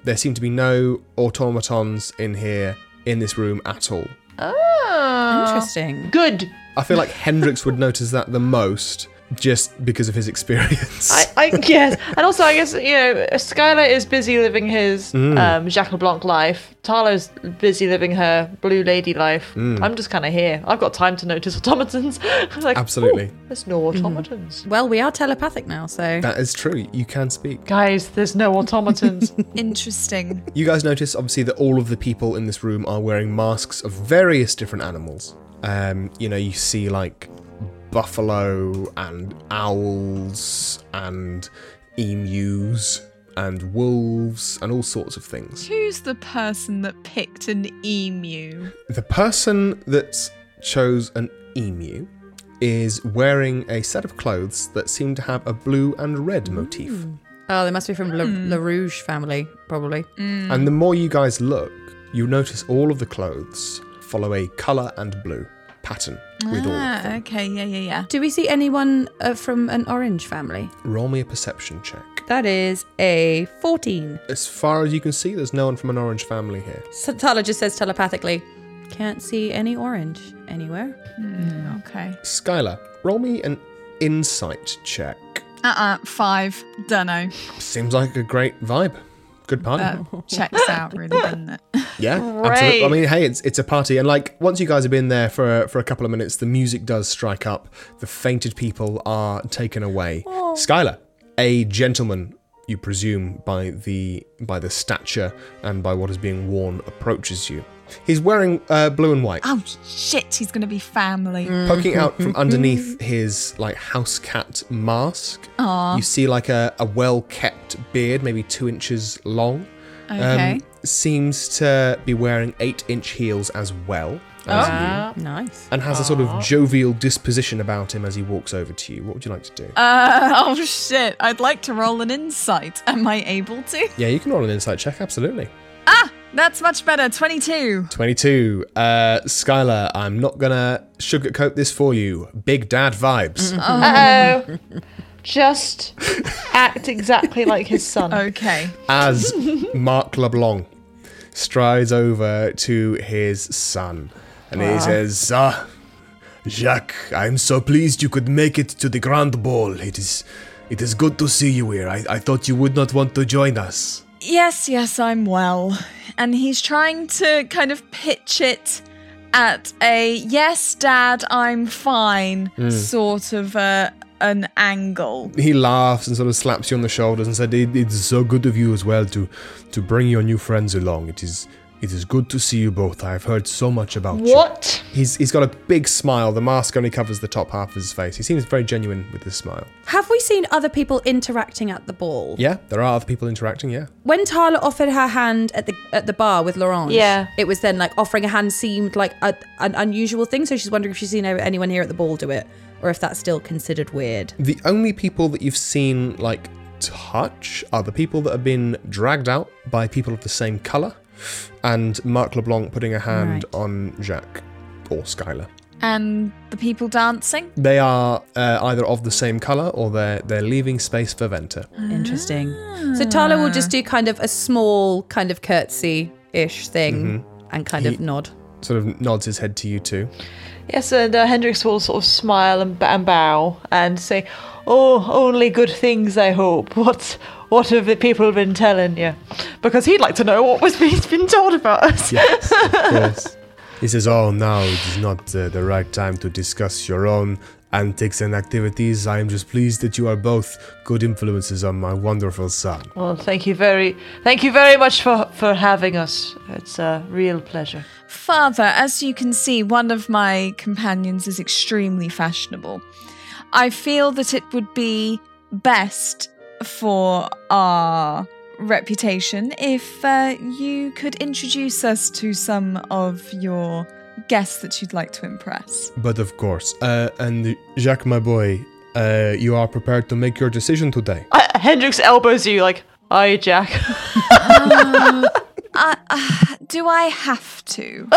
S1: There seem to be no automatons in here in this room at all.
S4: Oh,
S2: Interesting.
S4: good.
S1: I feel like Hendrix would notice that the most just because of his experience.
S4: I, I yes, and also I guess you know Skylar is busy living his um, Jacques Leblanc life. Tala's busy living her Blue Lady life. I'm just kind of here. I've got time to notice automatons. like,
S1: Absolutely.
S4: "Ooh, there's no automatons,
S2: Well, we are telepathic now, so.
S1: That is true. You can speak.
S4: guys. There's no automatons.
S3: Interesting.
S1: You guys notice, obviously, that all of the people in this room are wearing masks of various different animals. Um, you know, you see like buffalo and owls and emus and wolves and all sorts of things.
S3: Who's the person that picked an emu?
S1: The person that chose an emu is wearing a set of clothes that seem to have a blue and red motif.
S2: Oh, they must be from La, La Rouge family, probably.
S1: And the more you guys look, you notice all of the clothes follow a colour and blue pattern with all of them.
S3: Ah, okay, yeah, yeah, yeah.
S2: Do we see anyone uh, from an orange family?
S1: Roll me a perception check.
S2: That is a 14.
S1: As far as you can see, there's no one from an orange family here.
S2: So Tala just says telepathically, can't see any orange anywhere.
S3: Okay.
S1: Skylar, roll me an insight check.
S3: Uh-uh, five. Dunno.
S1: Seems like a great vibe. Good party.
S3: Uh, Checks out really, doesn't it?
S1: yeah, absolutely. I
S4: great.
S1: mean, hey, it's it's a party, and like once you guys have been there for for a couple of minutes, the music does strike up. The fainted people are taken away. Skylar, a gentleman, you presume by the by the stature and by what is being worn, approaches you. He's wearing uh, blue and white.
S3: Oh shit, he's gonna be family.
S1: poking out
S3: Mm-hmm.
S1: from underneath his like house cat mask. You see like a, a well kept beard, maybe two inches long. Um,
S3: Okay.
S1: seems to be wearing eight inch heels as well. As you,
S2: Nice.
S1: and has a sort of jovial disposition about him as he walks over to you. What would you like to do?
S3: Uh, oh shit, I'd like to roll an insight. Am I able to?
S1: yeah, you can roll an insight check, absolutely.
S3: That's much better. 22.
S1: 22. Uh, Skylar, I'm not gonna sugarcoat this for you. Big dad vibes.
S4: Uh oh. Just act exactly like his son.
S3: Okay.
S1: as Mark LeBlanc strides over to his son and he says, Ah, Jacques, I'm so pleased you could make it to the grand ball. It is it is good to see you here. I, I thought you would not want to join us.
S3: Yes, yes, I'm well. And he's trying to kind of pitch it at a yes, dad, I'm fine sort of uh an angle.
S1: He laughs and sort of slaps you on the shoulders and said, it, "It's so good of you as well to to bring your new friends along. It is it is good to see you both. I have heard so much about you."
S4: What?
S1: He's he's got a big smile. The mask only covers the top half of his face. He seems very genuine with this smile.
S2: Have we seen other people interacting at the ball?
S1: Yeah, there are other people interacting. Yeah,
S2: When Tala offered her hand at the at the bar with Laurent,
S4: Yeah.
S2: it was then like offering a hand seemed like a, an unusual thing. So she's wondering if she's seen anyone here at the ball do it, or if that's still considered weird.
S1: the only people that you've seen like touch are the people that have been dragged out by people of the same color, and Mark LeBlanc putting a hand
S2: Right.
S1: on Jacques or Skylar.
S3: And the people dancing?
S1: They are uh, either of the same color or they're they're leaving space for Venter.
S2: Interesting. So Tala will just do kind of a small kind of curtsy ish thing and kind of nod.
S1: Sort of nods his head to you too.
S4: Yes, and uh, Hendrix will sort of smile and, b- and bow and say, "Oh, only good things, I hope." What what have the people been telling you? Because he'd like to know what was being been told about us.
S1: Yes, of course. He says, "Oh, now it is not uh, the right time to discuss your own antics and activities. I am just pleased that you are both good influences on my wonderful son."
S4: Well, thank you very, thank you very much for for having us. It's a real pleasure.
S3: Father, as you can see, one of my companions is extremely fashionable. I feel that it would be best for our reputation if uh, you could introduce us to some of your guests that you'd like to impress.
S1: But of course, uh, and Jacques, my boy, uh, you are prepared to make your decision today.
S4: I, Hendrix elbows you like, "Aye, Jack."
S3: Do I have to?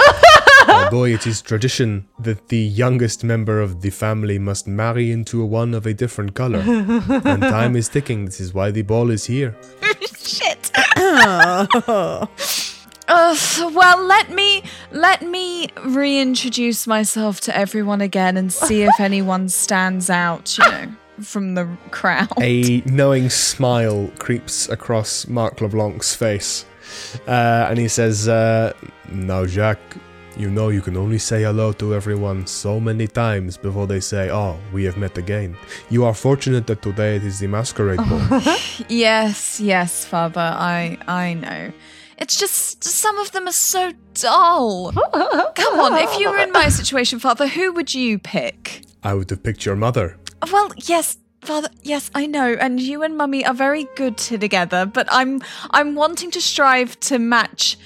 S1: my boy, it is tradition that the youngest member of the family must marry into one of a different color, and time is ticking. This is why the ball is here.
S3: Shit. Ugh, well, let me let me reintroduce myself to everyone again and see if anyone stands out, you know, from the crowd.
S1: A knowing smile creeps across Mark LeBlanc's face, uh, and he says, uh, "Now, Jacques, you know you can only say hello to everyone so many times before they say, "Oh, we have met again." You are fortunate that today it is the masquerade ball.
S3: Yes, yes, Father, I I know. It's just some of them are so dull. Come on, if you were in my situation, Father, who would you pick?
S1: I would have picked your mother.
S3: Well, yes, father. Yes, I know. And you and mummy are very good to together, but I'm I'm wanting to strive to match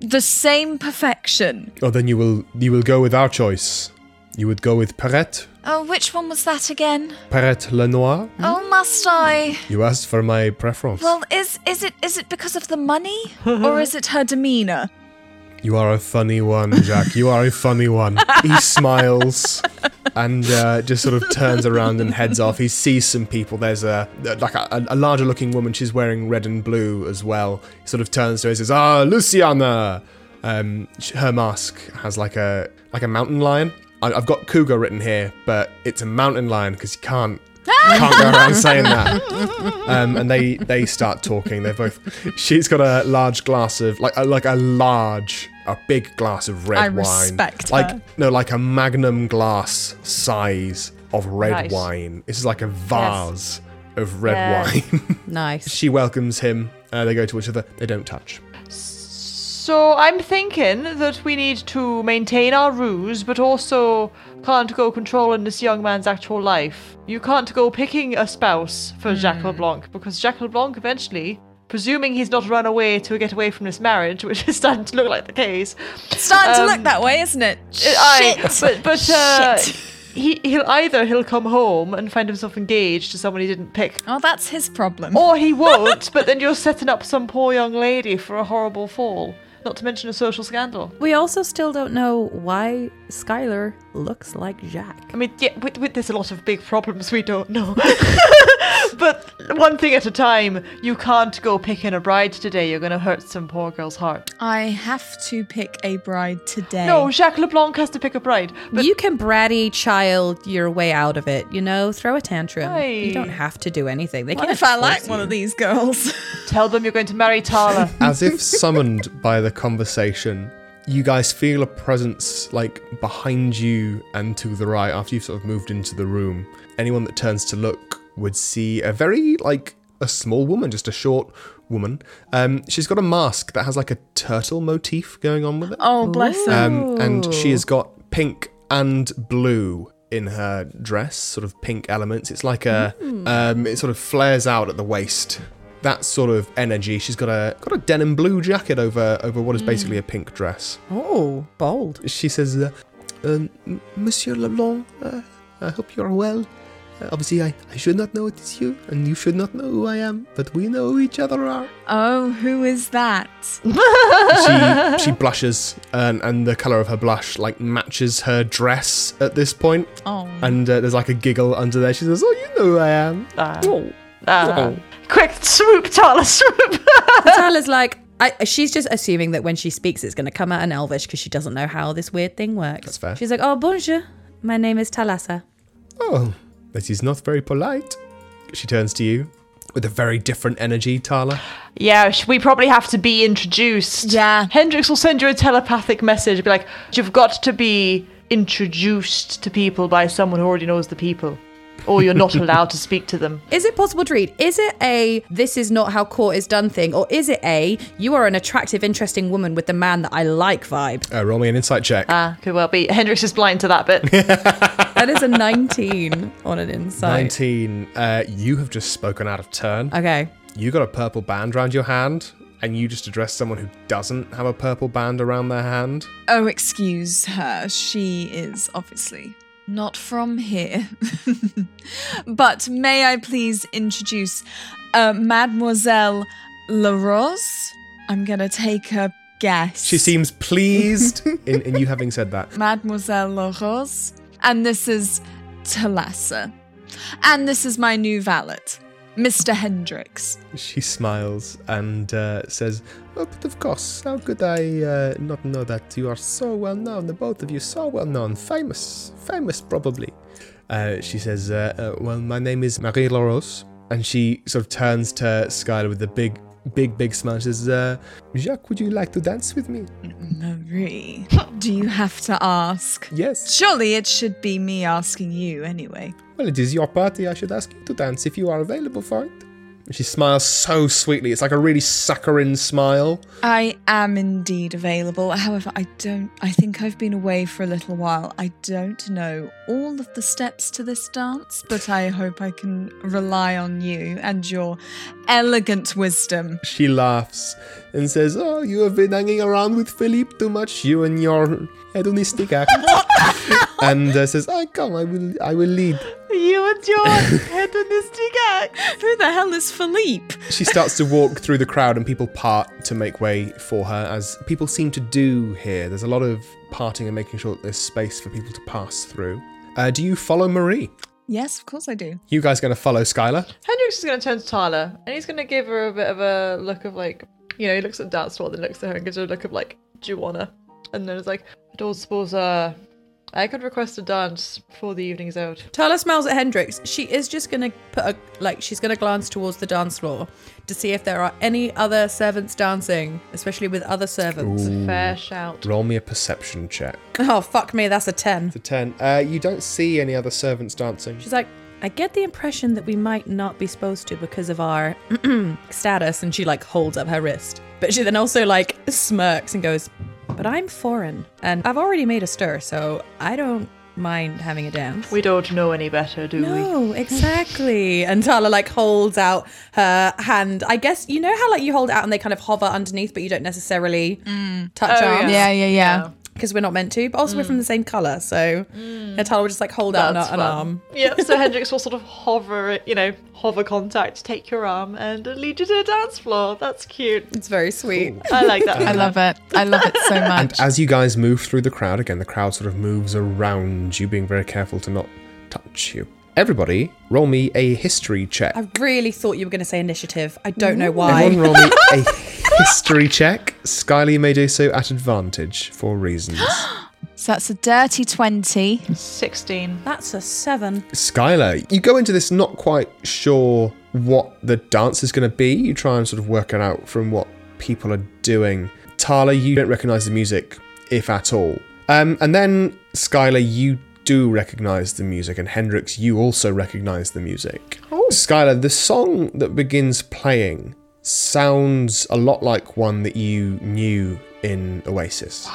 S3: the same perfection.
S1: Oh, then you will you will go with our choice. You would go with Perrette,
S3: Oh, which one was that again?
S1: Perrette Lenoir.
S3: Oh, must I?
S1: You asked for my preference.
S3: Well, is is it is it because of the money or is it her demeanor?
S1: You are a funny one, Jack. You are a funny one. He smiles and uh, just sort of turns around and heads off. He sees some people. There's a like a, a larger looking woman. She's wearing red and blue as well. He sort of turns to her and says, "Ah, Luciana." Um, sh- her mask has like a like a mountain lion. I, I've got cougar written here, but it's a mountain lion because you can't. Can't go around saying that um, and they they start talking. They're both. She's got a large glass of like a, like a large a big glass of red
S3: I
S1: wine.
S3: respect her.
S1: Like no, like a magnum glass size of red
S4: Nice.
S1: wine. This is like a vase of red
S4: Yeah.
S1: wine.
S2: Nice.
S1: she welcomes him. Uh, they go to each other. They don't touch.
S4: So I'm thinking that we need to maintain our ruse, but also can't go controlling this young man's actual life. You can't go picking a spouse for
S3: Hmm.
S4: Jacques LeBlanc, because Jacques LeBlanc eventually, presuming he's not run away to get away from this marriage, which is starting to look like the case,
S3: It's starting to
S4: Um,
S3: look that way, isn't it? Shit.
S4: I- but but uh,
S3: Shit.
S4: he he'll either he'll come home and find himself engaged to someone he didn't pick,
S3: Oh, that's his problem.
S4: or he won't. but then you're setting up some poor young lady for a horrible fall, not to mention a social scandal.
S2: We also still don't know why Skylar looks like Jack.
S4: I mean, yeah, with, with, there's a lot of big problems we don't know. but one thing at a time, you can't go picking a bride today. You're going to hurt some poor girl's heart.
S3: I have to pick a bride today.
S4: No, Jacques LeBlanc has to pick a bride. But
S2: you can bratty child your way out of it, you know? Throw a tantrum.
S4: Aye.
S2: You don't have to do anything. They
S3: What
S2: can't
S3: if I
S2: force
S3: like
S2: you.
S3: one of these girls?
S4: tell them you're going to marry Tala.
S1: As if summoned by the conversation, you guys feel a presence like behind you and to the right after you've sort of moved into the room. Anyone that turns to look would see a very like a small woman, just a short woman. Um, she's got a mask that has like a turtle motif going on with it.
S3: Oh, bless her.
S1: Um, and she has got pink and blue in her dress, sort of pink elements. It's like a, um, it sort of flares out at the waist. That sort of energy. She's got a got a denim blue jacket over over what is basically a pink dress.
S6: Oh, bold.
S1: She says, uh, um, M- "Monsieur Leblanc, uh, I hope you are well. Uh, obviously, I, I should not know it is you, and you should not know who I am, but we know who each other are."
S3: Oh, who is that?
S1: she she blushes, and, and the color of her blush like matches her dress at this point.
S3: Oh.
S1: And uh, there's like a giggle under there. She says, "Oh, you know who I am."
S4: Ah. Ah. Quick, swoop, Tala, swoop.
S2: Tala's like, I, she's just assuming that when she speaks, it's going to come out in Elvish because she doesn't know how this weird thing works.
S1: That's fair.
S2: She's like, oh, bonjour. My name is Talassa.
S1: Oh, that is not very polite. She turns to you with a very different energy, Tala.
S4: yeah, sh- we probably have to be introduced.
S3: Yeah.
S4: Hendrix will send you a telepathic message. Be like, you've got to be introduced to people by someone who already knows the people, or you're not allowed to speak to them.
S2: Is it possible to read? Is it a this is not how court is done thing? Or is it a you are an attractive, interesting woman with the man that I like vibe?
S1: Uh, roll me an insight check.
S4: Ah, could well be. Hendrix is blind to that bit.
S2: That is a 19 on an insight.
S1: 19. Uh, you have just spoken out of turn.
S2: Okay.
S1: you got a purple band around your hand, and you just address someone who doesn't have a purple band around their hand.
S3: Oh, excuse her. She is obviously not from here. but may I please introduce uh, Mademoiselle LaRose? I'm going to take a guess.
S1: She seems pleased in, in you having said that.
S3: Mademoiselle LaRose. And this is Talassa. And this is my new valet, Mr. Hendricks.
S1: She smiles and uh, says, Oh, but of course, how could I uh, not know that you are so well known, the both of you so well known, famous, famous probably. Uh, she says, uh, uh, Well, my name is Marie LaRose. And she sort of turns to Skylar with a big, big, big smile and says, uh, Jacques, would you like to dance with me?
S3: Marie, do you have to ask?
S1: Yes.
S3: Surely it should be me asking you anyway.
S1: Well, it is your party. I should ask you to dance if you are available for it. And she smiles so sweetly. It's like a really saccharine smile.
S3: I am indeed available. However, I don't. I think I've been away for a little while. I don't know all of the steps to this dance, but I hope I can rely on you and your elegant wisdom.
S1: She laughs and says, Oh, you have been hanging around with Philippe too much, you and your hedonistic act. and uh, says, Oh, come, I will, I will lead.
S4: you and your hedonistic act.
S3: Who the hell is Philippe?
S1: She starts to walk through the crowd and people part to make way for her, as people seem to do here. There's a lot of parting and making sure that there's space for people to pass through. Uh, do you follow Marie?
S3: Yes, of course I do.
S1: You guys going to follow Skylar?
S4: Hendrix is going to turn to Tyler and he's going to give her a bit of a look of like, you know, he looks at Dancefloor, then looks at her and gives her a look of like, do you wanna? And then it's like, I don't suppose uh, I could request a dance before the evening's out.
S2: Tala smiles at Hendrix. She is just going to put a, like, she's going to glance towards the dance floor to see if there are any other servants dancing, especially with other servants.
S4: Fair shout.
S1: Roll me a perception check.
S2: Oh, fuck me, that's a 10.
S1: to 10. Uh, you don't see any other servants dancing.
S2: She's like, I get the impression that we might not be supposed to because of our status. And she like holds up her wrist. But she then also like smirks and goes, But I'm foreign. And I've already made a stir, so I don't mind having a dance.
S4: We don't know any better, do we?
S2: no, Oh, exactly. And Tala like holds out her hand. I guess you know how like you hold out and they kind of hover underneath, but you don't necessarily touch arms
S3: Yeah, yeah, yeah.
S2: because we're not meant to. But also we're from the same color, so and Tala will just like hold out an,
S4: That's
S2: an
S4: fun.
S2: arm.
S4: Yep, so Hendrix will sort of hover, it- you know, hover contact, take your arm and lead you to the dance floor. That's cute.
S2: It's very sweet.
S4: I like that.
S3: I love it. I love it so
S1: And
S3: much.
S1: as you guys move through the crowd, again, the crowd sort of moves around you, being very careful to not touch you. Everybody, roll me a history check.
S2: I really thought you were going to say initiative. I don't know why.
S1: Everyone, roll me a history check. Skyly may do so at advantage for reasons.
S3: So that's a dirty 20.
S4: 16.
S2: That's a seven.
S1: Skylar, you go into this not quite sure what the dance is going to be. You try and sort of work it out from what people are doing. Tala, you don't recognize the music. if at all. Um, and then, Skylar, you do recognize the music, and Hendrix, you also recognize the music. Skylar, the song that begins playing sounds a lot like one that you knew in Oasis.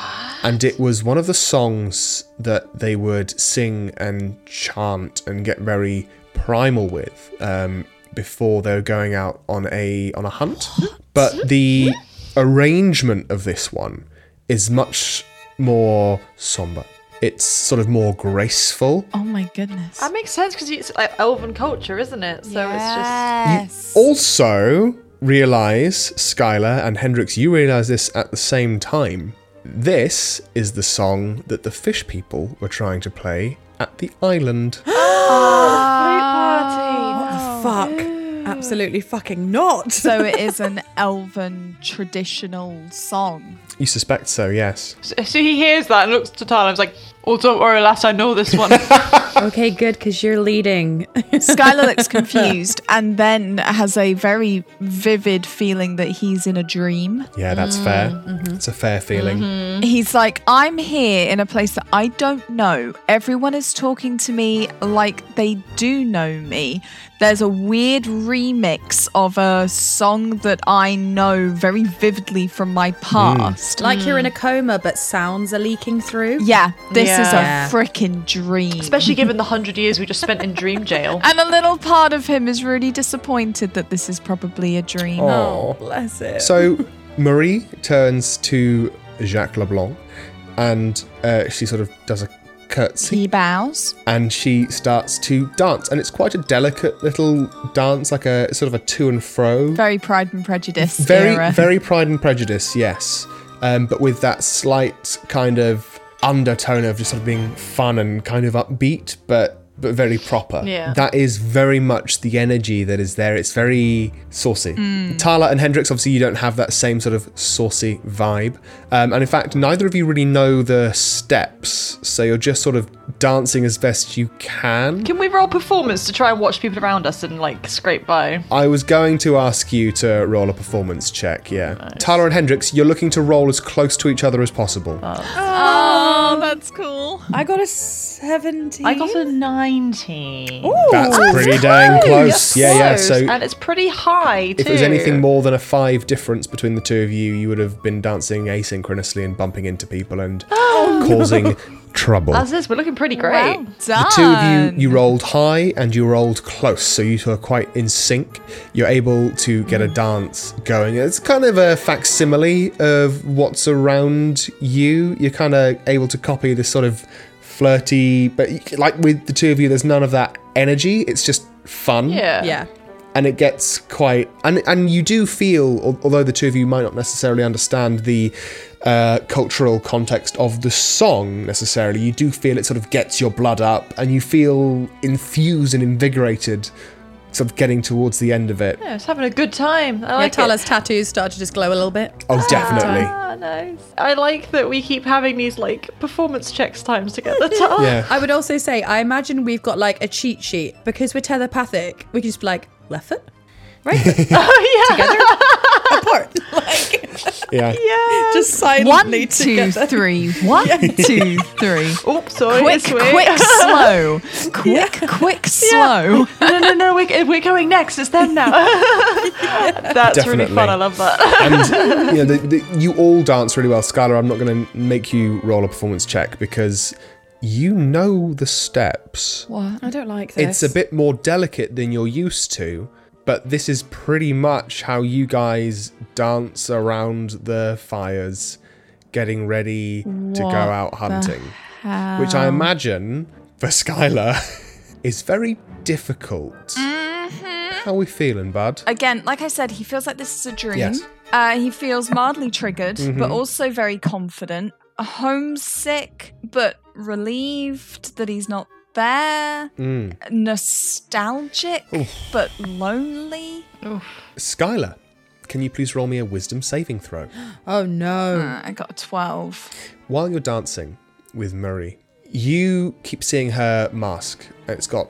S1: And it was one of the songs that they would sing and chant and get very primal with um, before they were going out on a on a hunt. But the arrangement of this one is much more somber. It's sort of more graceful.
S3: Oh my goodness.
S4: That makes sense because it's like elven culture, isn't it? So
S3: yes.
S1: Also, realize, Skylar and Hendrix, you realize this at the same time. This is the song that the fish people were trying to play at the island.
S4: it's just
S2: Fuck. Absolutely fucking not.
S3: Oh, so it is an elven traditional song.
S1: you suspect so, yes.
S4: party. So, so he hears that and looks to Tyler and is like, "Oh, don't worry, lass. I know this one."
S2: okay, good, because you're leading.
S3: Skylar looks confused and then has a very vivid feeling that he's in a dream.
S1: Yeah, that's fair. It's a fair feeling.
S3: Mm-hmm. He's like, I'm here in a place that I don't know. Everyone is talking to me like they do know me. There's a weird remix of a song that I know very vividly from my past.
S2: like you're in a coma, but sounds are leaking through.
S3: Yeah, this
S2: Yeah.
S3: is a freaking dream.
S4: Especially given the hundred years we just spent in dream jail.
S3: and a little part of him is really disappointed that this is probably a dream.
S1: Oh,
S2: bless it.
S1: So Marie turns to Jacques Leblanc and uh, she sort of does a curtsy
S3: He bows.
S1: and she starts to dance. And it's quite a delicate little dance, like a sort of a to and fro.
S3: Very Pride and Prejudice.
S1: Very,
S3: era.
S1: very Pride and Prejudice, yes. Um, but with that slight kind of undertone of just sort of being fun and kind of upbeat, but but very proper.
S4: Yeah.
S1: That is very much the energy that is there. It's very saucy. Tyler and Hendrix, obviously, you don't have that same sort of saucy vibe. Um, and in fact, neither of you really know the steps, so you're just sort of dancing as best you can.
S4: Can we roll performance to try and watch people around us and like scrape by?
S1: I was going to ask you to roll a performance check, yeah. Tyler and Hendrix, you're looking to roll as close to each other as possible.
S3: Oh, that's cool.
S2: I got a 17.
S4: I got a nineteen.
S1: That's pretty dang close. Yeah, yeah. So
S4: and it's pretty high too.
S1: if it was anything more than a five difference between the two of you, you would have been dancing asynchronously and bumping into people and causing trouble.
S4: As is, we're looking pretty great.
S3: Well
S1: the two of
S3: done.
S1: you, you rolled high and you rolled close, so you two are quite in sync. You're able to get a dance going. It's kind of a facsimile of what's around you. You're kind of able to copy this sort of flirty, but you- like with the two of you, there's none of that energy. It's just fun
S4: Yeah.
S2: Yeah.
S1: and it gets quite and and you do feel al- although the two of you might not necessarily understand the uh, cultural context of the song necessarily you do feel it sort of gets your blood up and you feel infused and invigorated sort of getting towards the end of it
S4: Yeah, it's having a good time. I
S2: Yeah,
S4: like it.
S2: Tala's tattoos start to just glow a little bit.
S1: oh definitely
S4: Ah, nice. I like that we keep having these like performance checks times together. Tala.
S1: yeah
S2: I would also say, I imagine we've got like a cheat sheet because we're telepathic. We can just be like, left foot, right foot,
S4: Oh yeah.
S2: apart. Um, Like,
S1: yeah
S2: just silently
S3: One, two,
S2: together.
S3: three. One, two, three.
S4: Oops, sorry.
S3: Quick,
S4: this way.
S3: quick, slow. Quick, quick, slow.
S4: no, no, no. We're, we're going next. It's them now. That's
S1: Definitely.
S4: really fun. I love that.
S1: and you know, the, the, you all dance really well. Skylar, I'm not going to make you roll a performance check because you know the steps.
S2: I don't like this.
S1: It's a bit more delicate than you're used to, but this is pretty much how you guys dance around the fires, getting ready to go out hunting. Which I imagine for Skylar is very difficult. How we feeling, bud?
S3: Again, like I said, he feels like this is a dream.
S1: Yes.
S3: Uh, he feels mildly triggered, but also very confident. Homesick, but relieved that he's not there. Nostalgic, but lonely.
S1: Skylar, can you please roll me a wisdom saving throw?
S2: oh no.
S3: Uh, I got a 12.
S1: While you're dancing with Murray, you keep seeing her mask. and It's got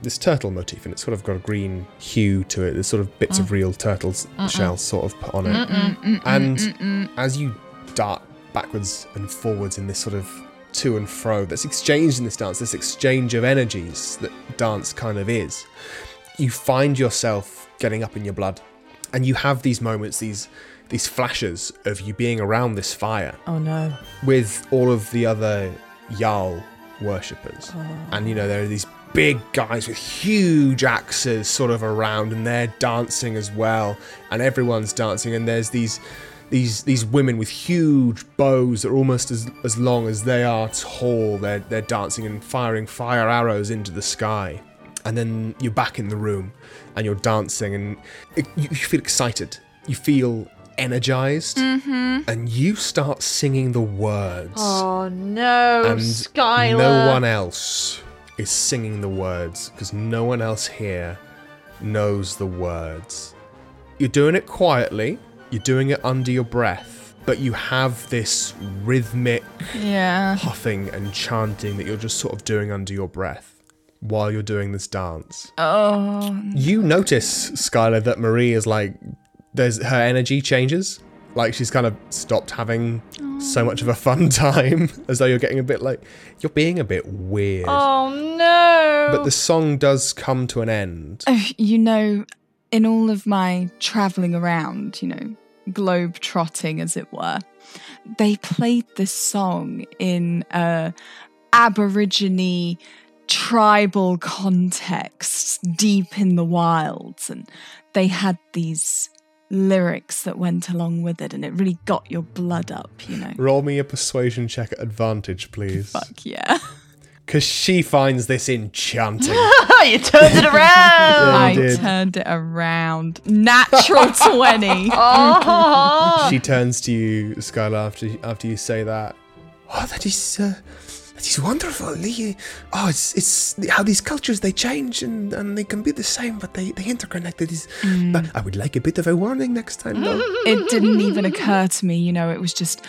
S1: this turtle motif and it's sort of got a green hue to it. There's sort of bits of real turtle's shell sort of put on it. And as you dart backwards and forwards in this sort of to and fro that's exchanged in this dance, this exchange of energies that dance kind of is, you find yourself getting up in your blood. And you have these moments, these these flashes of you being around this fire
S2: Oh no.
S1: with all of the other Jarl worshippers. And you know, there are these big guys with huge axes sort of around and they're dancing as well. And everyone's dancing and there's these these these women with huge bows that are almost as, as long as they are tall. They're they're dancing and firing fire arrows into the sky. And then you're back in the room and you're dancing and it, you, you feel excited. You feel energized and you start singing the words
S4: Oh no,
S1: and
S4: Skylar.
S1: no one else is singing the words because no one else here knows the words. You're doing it quietly, you're doing it under your breath, but you have this rhythmic
S3: Yeah.
S1: puffing and chanting that you're just sort of doing under your breath while you're doing this dance.
S3: Oh.
S1: You notice, Skylar, that Marie is like, there's her energy changes. Like she's kind of stopped having so much of a fun time, as though you're getting a bit like you're being a bit weird.
S4: Oh no.
S1: But the song does come to an end.
S3: Oh, You know, in all of my traveling around, you know, globe trotting, as it were, they played this song in a Aborigine tribal context deep in the wilds. And they had these lyrics that went along with it, and it really got your blood up, you know.
S1: Roll me a persuasion check at advantage, please.
S3: Fuck yeah.
S1: Because she finds this enchanting.
S4: you turned it around.
S3: I
S1: did.
S3: turned it around. Natural 20.
S4: oh,
S1: she turns to you, Skylar, after, after you say that. Oh, that is. Uh... That is wonderful. The- oh, it's it's how these cultures they change and, and they can be the same, but they they interconnected. Is I would like a bit of a warning next time, though.
S3: it didn't even occur to me, you know, it was just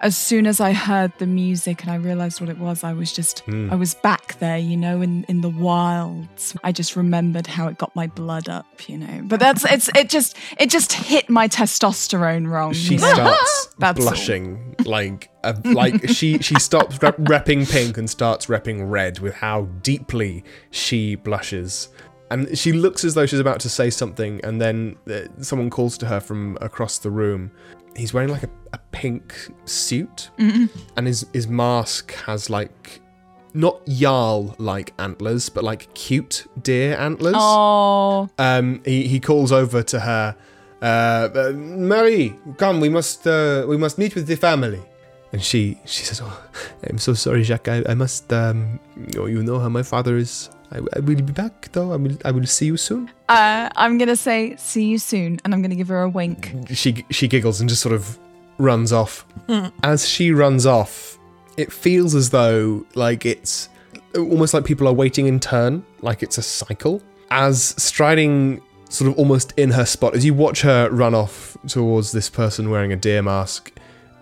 S3: as soon as I heard the music and I realized what it was, I was just I was back there, you know, in in the wilds. I just remembered how it got my blood up, you know. But that's it's it just it just hit my testosterone wrong.
S1: She
S3: you know?
S1: starts
S3: That's all.
S1: blushing like a, like she she stops rep- repping pink and starts repping red with how deeply she blushes. And she looks as though she's about to say something, and then uh, someone calls to her from across the room. He's wearing like a, a pink suit,
S3: Mm-hmm.
S1: and his his mask has like not Jarl like antlers, but like cute deer antlers.
S3: Oh,
S1: Um, he, he calls over to her, uh, uh, Marie, come, we must uh, we must meet with the family. And she she says, oh, I'm so sorry, Jacques. I, I must. Um, oh, you know how my father is. I, I will be back though. I will I will see you soon.
S3: uh, I'm gonna say see you soon, and I'm gonna give her a wink.
S1: She she giggles and just sort of runs off. As she runs off, it feels as though like it's almost like people are waiting in turn, like it's a cycle. As striding sort of almost in her spot, as you watch her run off towards this person wearing a deer mask,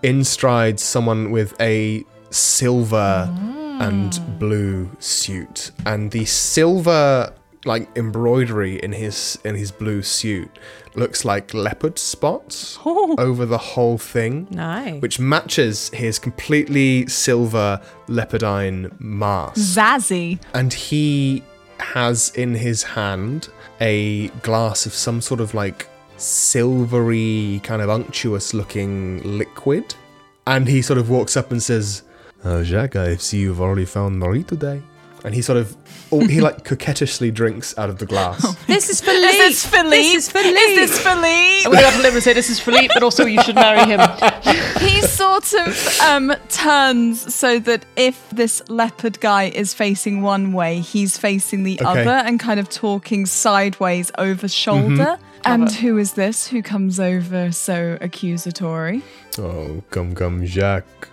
S1: in strides someone with a silver and blue suit. And the silver like embroidery in his in his blue suit looks like leopard spots over the whole thing
S2: Nice.
S1: which matches his completely silver leopardine mask.
S3: Zazzy.
S1: And he has in his hand a glass of some sort of like silvery, kind of unctuous looking liquid. And he sort of walks up and says, Oh, Jacques, I see you've already found Marie today. And he sort of, oh, he like coquettishly drinks out of the glass.
S2: This is Philippe.
S3: Is this Philippe?
S2: This is Philippe.
S3: Is this Philippe?
S4: I'm gonna have to live and say this is Philippe, but also you should marry him.
S3: he sort of um, turns so that if this leopard guy is facing one way, he's facing the other and kind of talking sideways over shoulder.
S1: Mm-hmm.
S3: And who is this who comes over so accusatory?
S1: Oh, come, come, Jacques.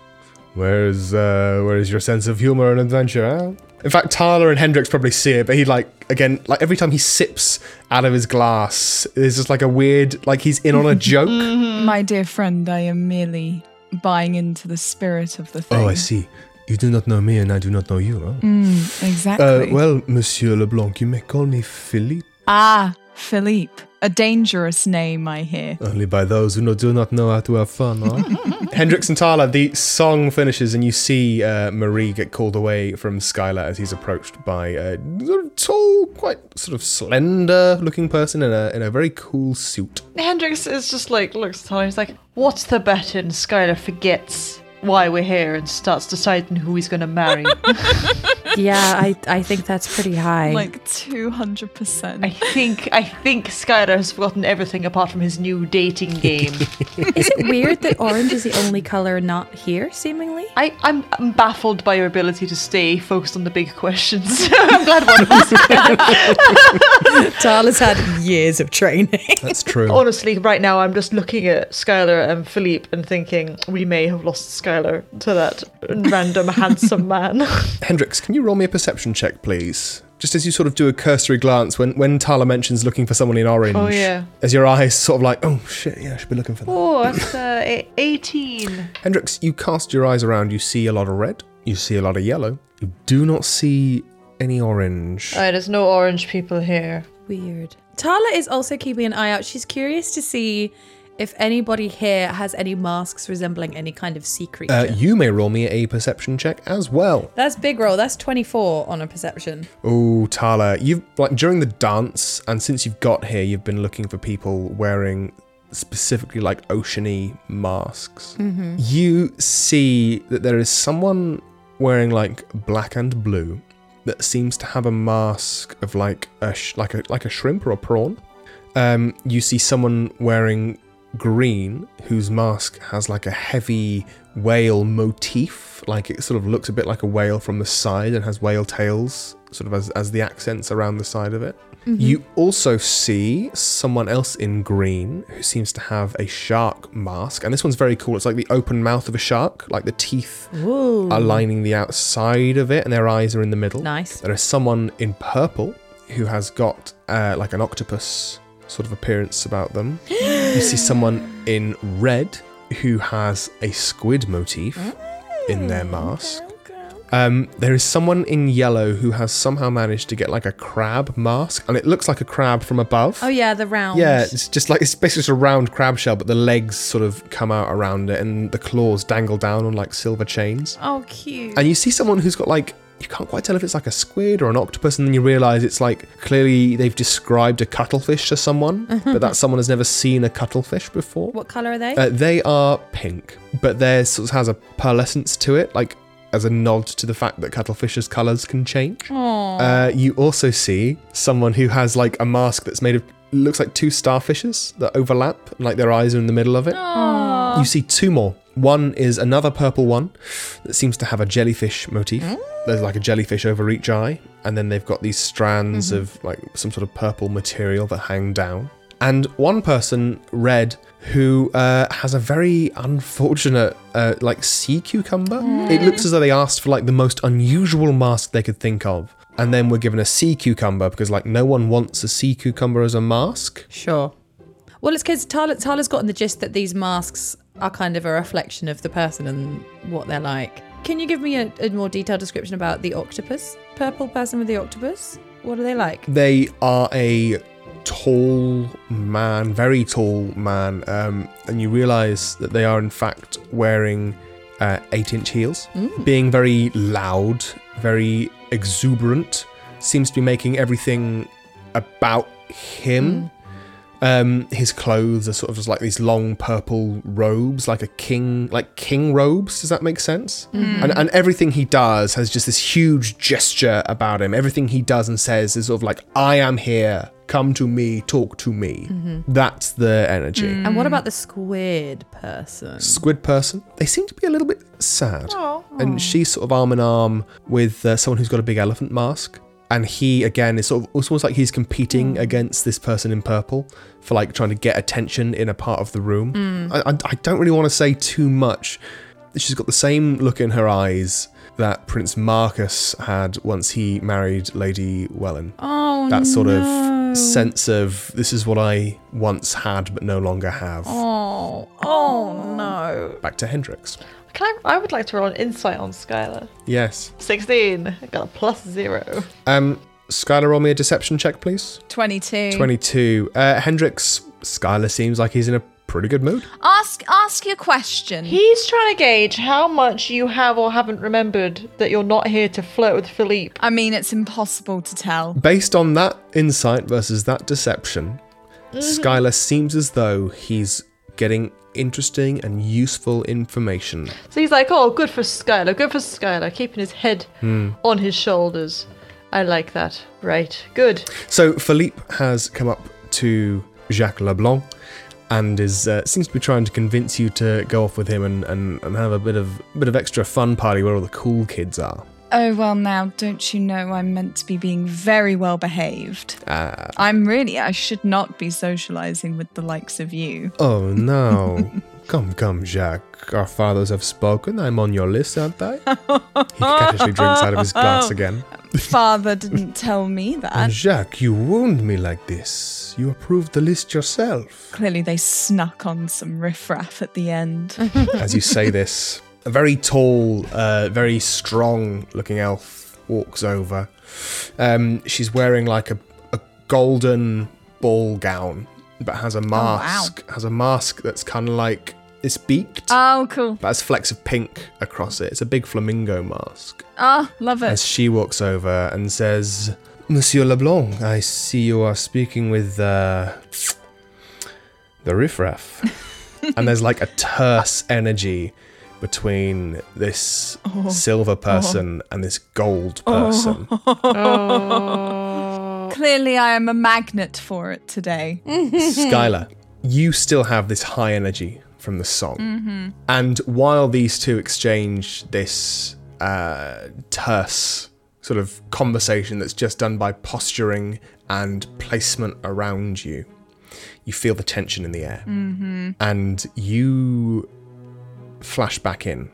S1: Where's uh, where's your sense of humor and adventure? Huh? In fact, Tyler and Hendrix probably see it, but he like again, like every time he sips out of his glass, there's just like a weird, like he's in on a joke.
S3: My dear friend, I am merely buying into the spirit of the thing.
S1: oh, I see. You do not know me, and I do not know you. Huh?
S3: Mm, exactly.
S1: Uh, well, Monsieur Leblanc, you may call me Philippe.
S3: ah, Philippe. a dangerous name, I hear.
S1: Only by those who no- do not know how to have fun, right? Hendrix and Tala, the song finishes, and you see uh, Marie get called away from Skylar as he's approached by a sort of tall, quite sort of slender looking person in a, in a very cool suit.
S4: Hendrix is just like looks at Tala. He's like, "What's the bet?" And Skylar forgets why we're here and starts deciding who he's going to marry.
S2: Yeah, I, I think that's pretty high.
S3: Like 200%.
S4: I think I think Skylar has forgotten everything apart from his new dating game.
S2: Is it weird that orange is the only color not here, seemingly?
S4: I, I'm, I'm baffled by your ability to stay focused on the big questions. I'm glad one of us.
S2: Tala's had years of training.
S1: That's true.
S4: Honestly, right now I'm just looking at Skylar and Philippe and thinking we may have lost Skylar to that random handsome man.
S1: Hendrix, can you roll me a perception check, please? Just as you sort of do a cursory glance when, when Tala mentions looking for someone in orange.
S4: Oh, yeah.
S1: As your eyes sort of like, oh shit, yeah, I should be looking for that.
S4: oh, that's uh, a- 18.
S1: Hendrix, you cast your eyes around, you see a lot of red, you see a lot of yellow, you do not see any orange.
S4: Alright, Oh, there's no orange people here.
S2: Weird. Tala is also keeping an eye out. She's curious to see if anybody here has any masks resembling any kind of sea creature.
S1: Uh, you may roll me a perception check as well.
S2: that's big roll. That's 24 on a perception.
S1: Oh, Tala, you've like during the dance and since you've got here, you've been looking for people wearing specifically like oceany masks. You see that there is someone wearing like black and blue that seems to have a mask of like a sh- like a like a shrimp or a prawn. Um, you see someone wearing green whose mask has like a heavy whale motif like it sort of looks a bit like a whale from the side and has whale tails sort of as, as the accents around the side of it you also see someone else in green who seems to have a shark mask and this one's very cool it's like the open mouth of a shark like the teeth
S2: Mm.
S1: are lining the outside of it and their eyes are in the middle
S2: Nice.
S1: there is someone in purple who has got uh, like an octopus sort of appearance about them. you see someone in red who has a squid motif
S2: Mm.
S1: in their mask. Um, there is someone in yellow who has somehow managed to get like a crab mask, and it looks like a crab from above.
S2: Oh, yeah, the round.
S1: Yeah, it's just like it's basically just a round crab shell, but the legs sort of come out around it, and the claws dangle down on like silver chains.
S3: Oh, cute.
S1: And you see someone who's got like you can't quite tell if it's like a squid or an octopus, and then you realise it's like clearly they've described a cuttlefish to someone, but that someone has never seen a cuttlefish before.
S2: What color are they?
S1: Uh, they are pink, but theirs sort of has a pearlescence to it, like as a nod to the fact that cuttlefish's colours can change. Uh, you also see someone who has like a mask that's made of looks like two starfishes that overlap, and, like their eyes are in the middle of it. You see two more. One is another purple one that seems to have a jellyfish motif. There's like a jellyfish over each eye, and then they've got these strands of like some sort of purple material that hang down. And one person, red, who uh, has a very unfortunate uh, like sea cucumber. It looks as though they asked for like the most unusual mask they could think of. And then we're given a sea cucumber because like no one wants a sea cucumber as a mask.
S2: Sure. Well, it's because Tala, Tala's gotten the gist that these masks are kind of a reflection of the person and what they're like. Can you give me a, a more detailed description about the octopus? Purple person with the octopus? What are they like?
S1: They are a tall man, very tall man, um, and you realise that they are in fact wearing uh, eight-inch heels, being very loud, very exuberant. Seems to be making everything about him. Um, his clothes are sort of just like these long purple robes, like a king, like king robes. Does that make sense? And, and everything he does has just this huge gesture about him. Everything he does and says is sort of like, "I am here. Come to me. Talk to me." That's the energy.
S2: And what about the squid person?
S1: Hmm. Squid person. They seem to be a little bit sad,
S4: Oh.
S1: and she's sort of arm in arm with uh, someone who's got a big elephant mask. And he again is sort of it's almost like he's competing against this person in purple for like trying to get attention in a part of the room. I, I, I don't really want to say too much. She's got the same look in her eyes that Prince Marcus had once he married Lady Wellen.
S2: Oh,
S1: that sort of sense of this is what I once had but no longer have.
S2: Oh, oh no.
S1: Back to Hendrix.
S4: Can I, I would like to roll an insight on Skylar.
S1: Yes.
S4: 16. I got a plus zero.
S1: Um, Skylar, roll me a deception check, please.
S3: 22.
S1: 22. Uh, Hendrix, Skylar seems like he's in a pretty good mood.
S3: Ask ask your question.
S4: He's trying to gauge how much you have or haven't remembered that you're not here to flirt with Philippe.
S3: I mean, it's impossible to tell.
S1: Based on that insight versus that deception, Skylar seems as though he's getting interesting and useful information.
S4: So he's like, oh, good for Skylar, good for Skylar, keeping his head on his shoulders. I like that. Right, good.
S1: So Philippe has come up to Jacques Leblanc and is uh, seems to be trying to convince you to go off with him and, and, and have a bit of bit of extra fun party where all the cool kids are.
S3: Oh, well, now, don't you know I'm meant to be being very well behaved?
S1: Uh,
S3: I'm really, I should not be socializing with the likes of you.
S1: oh no. come, come, Jacques. Our fathers have spoken. I'm on your list, aren't I? he cautiously drinks out of his glass again.
S3: Father didn't tell me
S2: Mm.
S3: that.
S1: Jacques, you wound me like this. You approved the list yourself.
S3: Clearly, they snuck on some riffraff at the end.
S1: As you say this, a very tall, uh, very strong looking elf walks over. Um, she's wearing like a, a golden ball gown, but has a mask. Has a mask that's kind of like it's beaked,
S3: oh, cool.
S1: but has flecks of pink across it. It's a big flamingo mask.
S3: Ah, love it.
S1: As she walks over and says, Monsieur Leblanc, I see you are speaking with uh, the riffraff. and there's like a terse energy between this silver person and this gold person.
S3: Clearly, I am a magnet for it today.
S1: Skylar, you still have this high energy from the song. And while these two exchange this uh, terse sort of conversation that's just done by posturing and placement around you, you feel the tension in the air. And you flash back in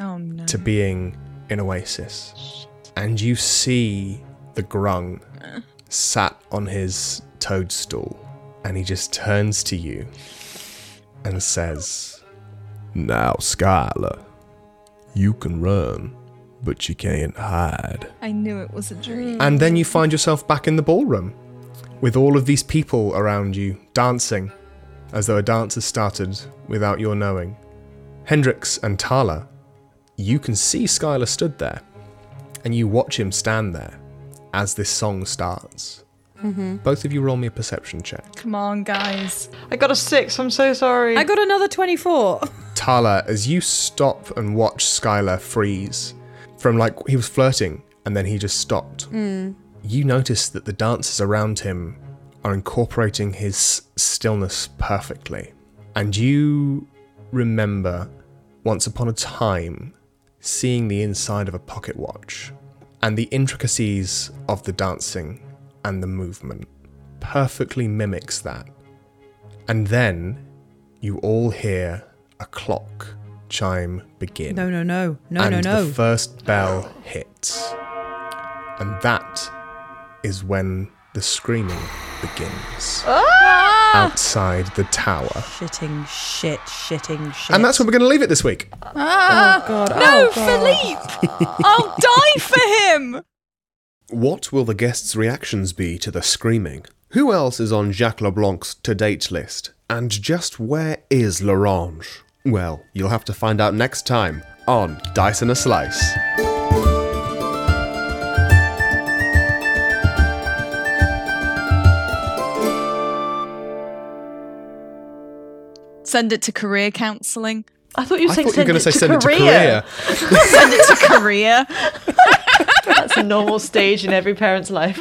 S3: Oh, no.
S1: to being in Oasis. And you see the grung sat on his toadstool. And he just turns to you and says, Now, Skylar, you can run, but you can't hide.
S3: I knew it was a dream.
S1: And then you find yourself back in the ballroom with all of these people around you dancing as though a dance has started without your knowing. Hendrix and Tala, you can see Skylar stood there and you watch him stand there as this song starts. Both of you roll me a perception check.
S3: Come on, guys.
S4: I got a six, I'm so sorry.
S2: I got another 24.
S1: Tala, as you stop and watch Skylar freeze from like he was flirting and then he just stopped, you notice that the dancers around him are incorporating his stillness perfectly. And you remember once upon a time seeing the inside of a pocket watch and the intricacies of the dancing and the movement perfectly mimics that. And then you all hear a clock chime begin.
S2: No, no, no. No,
S1: and
S2: no, no.
S1: The first bell hits. And that is when the screaming begins.
S4: Ah!
S1: Outside the tower.
S2: shitting, shit, shitting, shit.
S1: And that's where we're going to leave it this week.
S2: Oh, God.
S3: No,
S2: Oh, God.
S3: Philippe! I'll die for him!
S1: What will the guests' reactions be to the screaming? Who else is on Jacques Leblanc's to date list? And just where is L'Orange? Well, you'll have to find out next time on Dice and a Slice.
S3: Send it to career counseling.
S4: I thought you were
S1: I
S4: saying
S1: thought you were going
S4: send,
S1: to say
S4: it to
S1: send it to
S4: Korea.
S1: Korea.
S3: Send it to career.
S4: That's a normal stage in every parent's life.